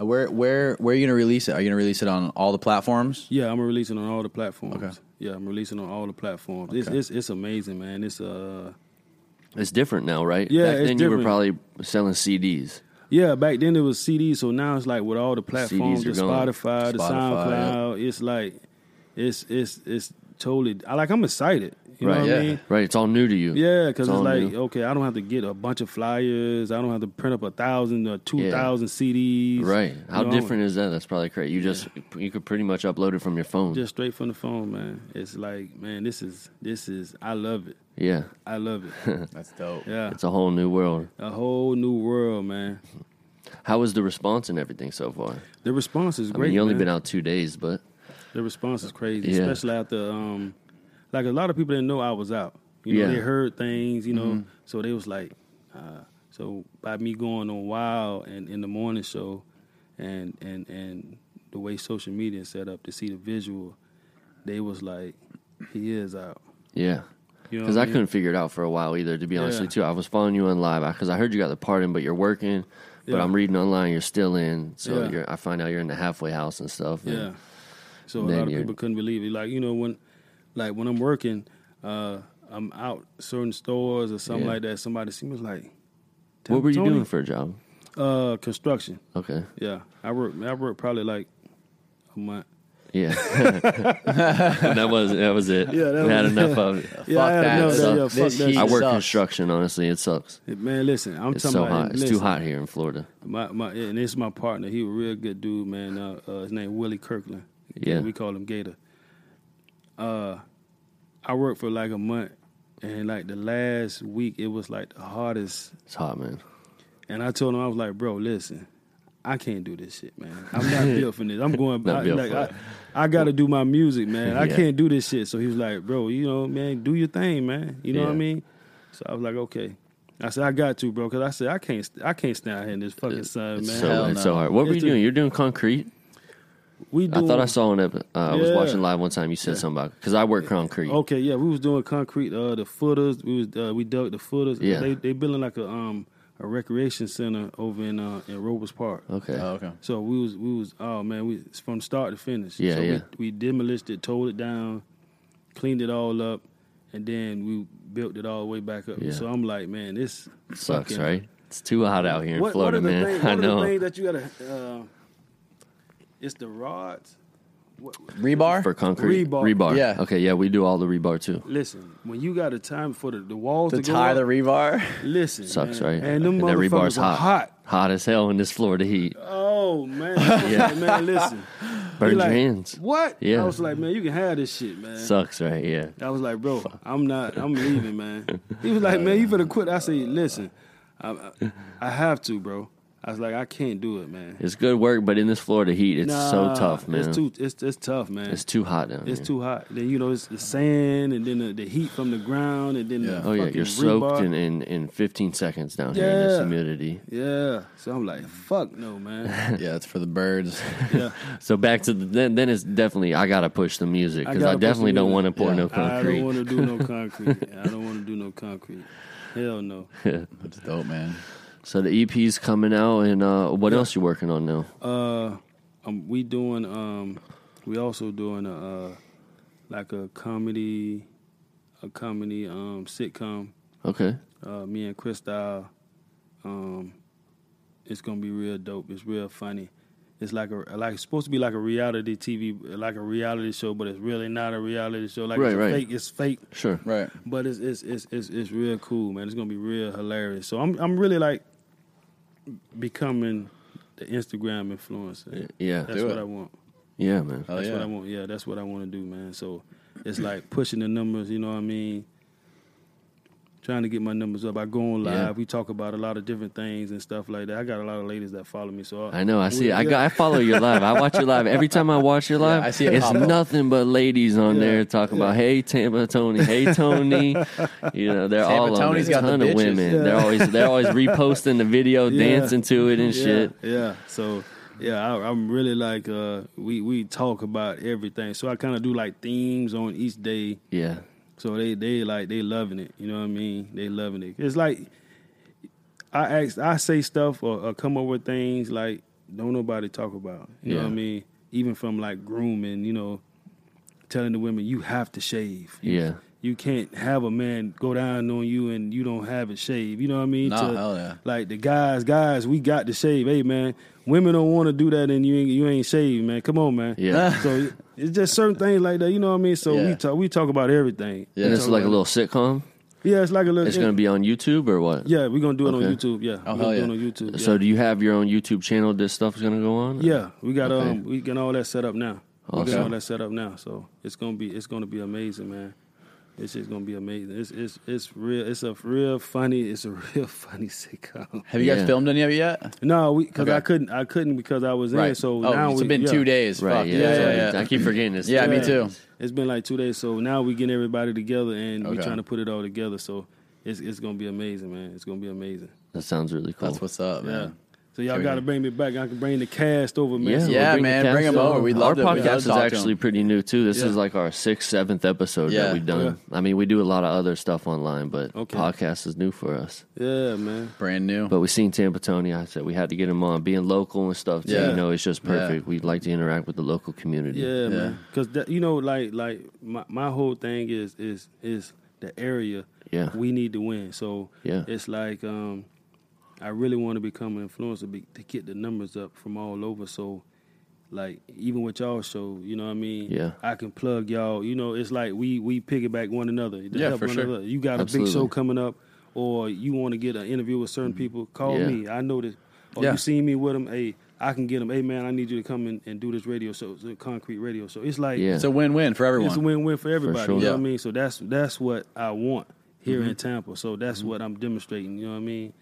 A: Uh, Where where where are you gonna release it? Are you gonna release it on all the platforms?
C: yeah, I'm releasing on all the platforms.
A: Okay.
C: Yeah, I'm releasing on all the platforms. It's,
A: Okay.
C: it's it's amazing, man. It's uh
B: It's different now, right?
C: Yeah,
B: Back
C: it's
B: then you were
C: different.
B: probably selling CDs.
C: yeah. Back then it was CDs, so now it's like with all the platforms,
B: are
C: the
B: gone.
C: Spotify, the
A: Spotify, yeah.
C: SoundCloud. It's like it's it's it's totally. I like I'm excited. You
B: right,
C: know what
A: yeah.
C: I mean?
B: right. It's all new to you.
C: Yeah, because it's,
B: all
C: like
B: new.
C: okay, I don't have to get a bunch of flyers. I don't have to print up a thousand or two
B: Yeah.
C: thousand CDs.
B: right.
C: You
B: How
C: know,
B: different is that? That's probably crazy. You just you could pretty much upload it from your phone.
C: Just straight from the phone, man. It's like, man, this is this is. I love it.
B: yeah,
C: I
B: [LAUGHS]
C: love it.
A: That's dope.
C: yeah,
B: it's a whole new world.
C: a whole new world, man.
B: How was the response and everything so far?
C: The response is
B: I
C: great.
B: mean, you only
C: man.
B: been out two days, but
C: The response is crazy,
B: Yeah.
C: especially after um, like a lot of people didn't know I was out. You know,
B: Yeah. Mm-hmm.
C: they heard things. You know, so they was like, uh, so by me going on Wild and in the morning show, and and and the way social media is set up to see the visual, they was like, he is out.
B: yeah.
C: You know,
B: Because
C: what
B: I
C: mean?
B: couldn't figure it out for a while either, to be honest
C: Yeah.
B: with you. I was following you on live because I heard you got the part in, but you're working. But
C: Yeah.
B: I'm reading online, you're still in. So
C: Yeah.
B: you're, I find out you're in the halfway house and stuff. and-
C: Yeah. So a
B: Then
C: lot of
B: you're-
C: people couldn't believe it. Like you know when, like when I'm working, uh, I'm out certain stores or something
B: Yeah.
C: like that. Somebody see me was like,
B: What were you
C: "Tony,
B: doing for a job?
C: Uh, construction.
B: Okay.
C: Yeah, I work. I work probably like a month. [LAUGHS]
B: Yeah. [LAUGHS] that was that was it.
C: Yeah, that
B: we had
C: was-
B: enough
C: [LAUGHS]
B: of it.
C: Yeah, I had
A: that.
C: another-
B: So,
C: yeah, fuck
A: this
C: that
A: heat-
B: I
C: shit.
B: work
A: sucks.
B: construction, honestly. It sucks.
C: Man, listen, I'm
B: It's
C: talking
B: so
C: about.
B: hot. It's
C: listen,
B: too hot here in Florida.
C: My, my, and this is my partner. He a real good dude, man. Uh, uh, his name Willie Kirkland.
B: Yeah.
C: we call him Gator. Uh, I worked for like a month, and like the last week, it was like the hardest
B: It's hot, man.
C: And I told him, I was like, bro, listen, I can't do this
B: [LAUGHS]
C: shit, man. I'm not built for this. I'm going
B: Not
C: back.
B: built
C: Like,
B: for
C: I,
B: it.
C: I got to do my music, man.
B: [LAUGHS]
C: I
B: Yeah.
C: can't do this shit. So he was like, bro, you know, man, do your thing, man. You know what I
B: Yeah.
C: mean? So I was like, okay. I said, I got to, bro, because I said, I can't, st- I can't stand out here in this fucking sun, man.
B: It's so
A: Hell
B: it's
A: no.
B: so hard. What were you
C: It's a-
B: doing? You're doing concrete.
C: we
B: I
C: doing,
B: thought I saw one. Of, uh, I was
C: Yeah. Oh.
B: watching live one time. You said something about because I work concrete.
C: Okay, yeah, we was doing concrete. Uh, the footers, we was uh, we dug the footers.
B: Yeah.
C: they they building like a um a recreation center over in uh in Robles Park.
B: Okay.
A: Oh, okay.
C: So we was we was oh man, we it's from start to finish.
B: Yeah,
C: so
B: yeah.
C: We, we demolished it, towed it down, cleaned it all up, and then we built it all the way back up.
B: Yeah.
C: So I'm like, man, this
B: Sucks,
C: fucking-
B: right? It's too hot out here in
C: What, what
B: Florida,
C: are the
B: man. [LAUGHS]
C: things?
B: I
C: What are the
B: know.
C: things that you gotta? Uh, it's the rods. What,
A: Rebar.
B: For concrete
C: Rebar.
A: Yeah.
B: Okay. Yeah, we do all the rebar too.
C: listen, when you got a time for the, the walls
A: to
C: to,
A: tie
C: go
A: the
C: up,
A: rebar.
C: listen,
B: Sucks,
C: man.
B: right?
C: And them
B: that
C: motherfuckers
B: rebar's
C: are hot.
B: Hot as hell in this Florida heat. [LAUGHS]
C: Oh man, yeah. man, listen.
B: Burn your
C: He like,
B: hands.
C: What?
B: Yeah.
C: I was like, man, you can have this shit, man.
B: Sucks, right? Yeah.
C: I was like, bro, I'm not, I'm leaving, man. He was like, man, you better quit. I said, listen, I, I- I have to, bro. I was like, I can't do it, man.
B: It's good work, but in this Florida heat, it's
C: Nah,
B: so tough, man.
C: It's too, it's, it's tough, man.
B: It's too hot down
C: It's
B: here.
C: too hot. Then you know it's the sand, and then the, the heat from the ground, and then
A: Yeah.
C: the
B: Oh yeah,
C: fucking
B: you're soaked
C: rebar.
B: in, in, in 15 seconds down here in this
C: Yeah.
B: humidity.
C: Yeah. So I'm like, fuck no,
B: [LAUGHS]
C: man.
A: [LAUGHS] yeah, it's for the birds.
C: Yeah.
B: So back to the, then, then it's definitely I gotta push the music
C: I
B: because I,
C: gotta push the
B: definitely don't want
C: music.
B: to pour
A: Yeah.
B: no
C: I don't
B: concrete.
C: want to do no concrete. I don't want to do no concrete. Hell no.
A: That's dope, man.
B: so the EP's coming out, and uh, what else you working on now?
C: Uh, um, we doing um, we also doing a uh, like a comedy, a comedy um sitcom.
B: Okay,
C: Uh, me and Crystal, um, it's gonna be real dope. It's real funny. It's like a like it's supposed to be like a reality TV, like a reality show, but it's really not a reality show. Like
B: Right,
C: it's a
B: right.
C: fake. It's fake.
B: sure.
A: Right.
C: But it's it's it's it's it's real cool, man. It's gonna be real hilarious. So I'm I'm really like becoming the Instagram influencer.
B: Yeah,
C: That's
A: Do
C: what
A: it.
C: I want.
B: Oh, yeah, man.
A: Hell
C: That's
A: yeah.
C: what I want. Yeah, that's what I want to do, man. So it's like pushing the numbers. You know what I mean? trying to get my numbers up. I go on live.
B: Yeah.
C: We talk about a lot of different things and stuff like that. I got a lot of ladies that follow me, so
B: I know. I see. I
C: Yeah.
B: go, I follow your live. I watch your live every time I watch your live.
A: I see it
B: it's
A: pop up.
B: nothing but ladies on
C: Yeah,
B: there talking about, "Hey Tampa Tony, hey Tony." You know, they're
A: Tampa
B: all on
A: Tony's
B: there.
A: got the
B: ton of
A: bitches.
B: women.
C: Yeah.
B: They're always they're always reposting the video,
C: Yeah.
B: dancing to it and
C: yeah,
B: shit.
C: Yeah. So yeah, I, I'm really like uh, we we talk about everything. So I kind of do like themes on each day.
B: Yeah,
C: So they they like they loving it. You know what I mean? They loving it. It's like I ask, I say stuff or, or come up with things like don't nobody talk about. You know what I
B: Yeah.
C: mean? Even from like grooming, you know, telling the women you have to shave. You,
B: yeah.
C: you can't have a man go down on you and you don't have a shave. You know what I mean?
A: Nah,
C: To-
A: hell yeah.
C: Like the guys, guys, we got to shave. Hey man, women don't want to do that, and you ain't you ain't shaved, man. Come on, man.
B: Yeah.
C: So it's just certain things like that. You know what I mean? So
A: Yeah.
C: we talk we talk about everything.
A: Yeah.
B: and
A: it's
B: it's like a little sitcom.
C: Yeah, it's like a little.
B: It's gonna be on YouTube or what?
C: Yeah, we're gonna do it
B: Okay.
C: on YouTube. Yeah,
A: Oh,
C: we're
A: hell
C: gonna do it
A: yeah.
C: on YouTube.
B: So
C: yeah.
B: do you have your own YouTube channel? This stuff's gonna go on.
C: yeah, we got
B: Okay.
C: um, we got all that set up now. We
B: Awesome.
C: got all that set up now. So it's gonna be it's gonna be amazing, man. It's just gonna be amazing. It's it's it's real. It's a real funny. It's a [LAUGHS] real funny
A: [LAUGHS]
C: sitcom.
A: Have you guys
B: Yeah.
A: filmed any of it yet?
C: No, we because
A: Okay.
C: I couldn't I couldn't because I was in.
A: right.
C: So
A: oh,
C: now
A: it's
C: we,
A: been
C: yeah.
A: two days.
B: Right.
A: Fuck.
B: Yeah.
A: Yeah.
B: that's
A: Yeah.
B: what I-
A: yeah.
B: I keep forgetting this.
A: Yeah, me
C: Yeah.
A: too.
C: It's been like two days. So now we getting everybody together and we're
A: Okay.
C: trying to put it all together. So it's it's gonna be amazing, man. It's gonna be amazing.
B: That sounds really cool.
A: That's what's up,
C: Yeah.
A: Oh, man.
C: So y'all
B: Sure.
C: got to bring me back. I can bring the cast over, man.
B: we'll
C: So-
A: Yeah,
B: the
A: man,
B: cast
A: bring 'em over. We'd love to-
B: Our
A: we'd
B: podcast
A: love to
B: is
A: talk to
B: actually
A: 'em.
B: pretty new too. This
C: Yeah.
B: is like our sixth, seventh episode
A: Yeah.
B: that we've done. I mean, we do a lot of other stuff online, but
C: Okay.
B: podcast is new for us.
C: yeah, man.
A: Brand new.
B: But we seen Tampa Tony. I said we had to get him on. Being local and stuff, too,
A: Yeah.
B: you know, it's just
A: Yeah.
B: perfect. We'd like to interact with the local community.
C: Yeah, man. Because you know, like, like my, my whole thing is is is the area.
B: Yeah.
C: we need to win. So
B: Yeah.
C: it's like um, I really want to become an influencer be, to get the numbers up from all over. So like even with y'all show, you know what I mean?
B: Yeah.
C: I can plug y'all. You know, it's like we we piggyback one another. to
A: Yeah,
C: help
A: for
C: one
A: sure.
C: another. You got
B: Absolutely.
C: a big show coming up, or you want to get an interview with certain people? Call
B: Yeah.
C: me. I know this. Or
A: Mm-hmm. Yeah.
C: you seen me with them? Hey, I can get them. Hey man, I need you to come in and do this radio show, so concrete radio show. It's like
B: Yeah.
A: It's a win-win for everyone.
C: it's a win-win for everybody.
B: sure.
C: You know
A: Yeah.
C: what I mean? So that's that's what I want here
B: Mm-hmm.
C: in Tampa. So that's what I'm demonstrating. You know what I mean?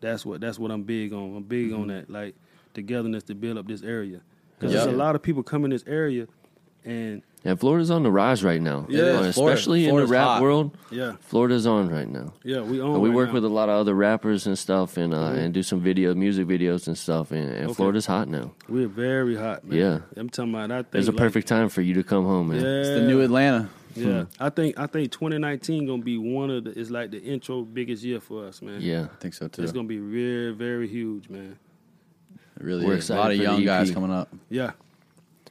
C: That's what that's what I'm big on. I'm big
B: Mm-hmm.
C: on that, like togetherness to build up this area. Because
A: Yeah.
C: there's a lot of people come in this area, and
B: And Florida's on the rise right now.
A: Yeah, Florida.
B: especially in
A: Florida's
B: the rap
A: hot. Oh,
B: world.
C: yeah,
B: Florida's on right now.
C: yeah, we own.
B: And we
C: right
B: work
C: now.
B: with a lot of other rappers and stuff, and uh,
A: Mm-hmm.
B: and do some video, music videos and stuff. And, and
C: Okay.
B: Florida's hot now.
C: We're very hot, man.
B: Yeah.
C: I'm talking about. I think
B: It's a
C: like-
B: perfect time for you to come home, man.
C: Yeah,
A: It's the new Atlanta.
C: yeah.
B: mm-hmm.
C: I think I think 2019 gonna be one of the. It's like the intro biggest year for us, man.
B: Yeah.
A: I think so too.
C: it's gonna be very very huge, man.
A: It really
B: We're
A: is. A lot
B: excited
A: of
B: for the
A: young
B: E
A: guys
B: EP.
A: coming up.
C: Yeah,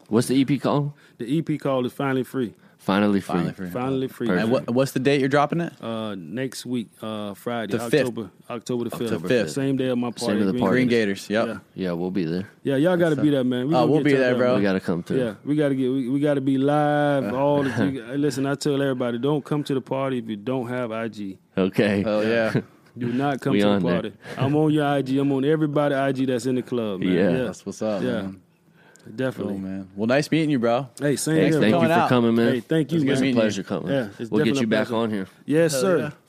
B: What's the EP called?
C: the EP call is finally free.
B: Finally free.
A: Finally free.
C: Finally free.
B: Perfect.
A: And what, what's the date you're dropping it?
C: uh, next week, uh, Friday,
A: The fifth.
C: October, October the fifth,
A: October fifth.
C: same day of my party.
B: Same day of the party.
A: Green
B: Parties.
A: Gators. Yep.
C: Yeah.
B: Yeah, we'll be there.
C: Yeah, y'all got to be there, man. We
A: Uh,
C: gonna
A: we'll
C: get
A: be
C: y'all
A: there, bro.
B: We gotta come through.
C: Yeah, we got to get we, we got to be live. All the, you, listen, I tell everybody, don't come to the party if you don't have IG.
B: Okay.
A: Hell yeah.
C: Do not come
B: We
C: to
B: on
C: the
B: there.
C: party. I'm on your IG. I'm on everybody IG that's in the club. Man.
B: Yeah.
C: Yeah,
A: That's what's up,
C: Yeah.
A: man.
C: definitely.
A: Cool, man. Well, nice meeting you, bro.
C: Hey, same
B: Hey,
C: here.
B: thank you
C: bro.
A: coming
B: for
A: out.
B: coming, man.
C: Hey, thank you,
A: It's good
C: man.
A: meeting you.
B: Pleasure coming.
C: Yeah, it's
B: we'll get
C: definitely
B: you
C: a
B: back
C: pleasure.
B: on here.
C: Yes,
A: Hell
C: sir.
A: yeah.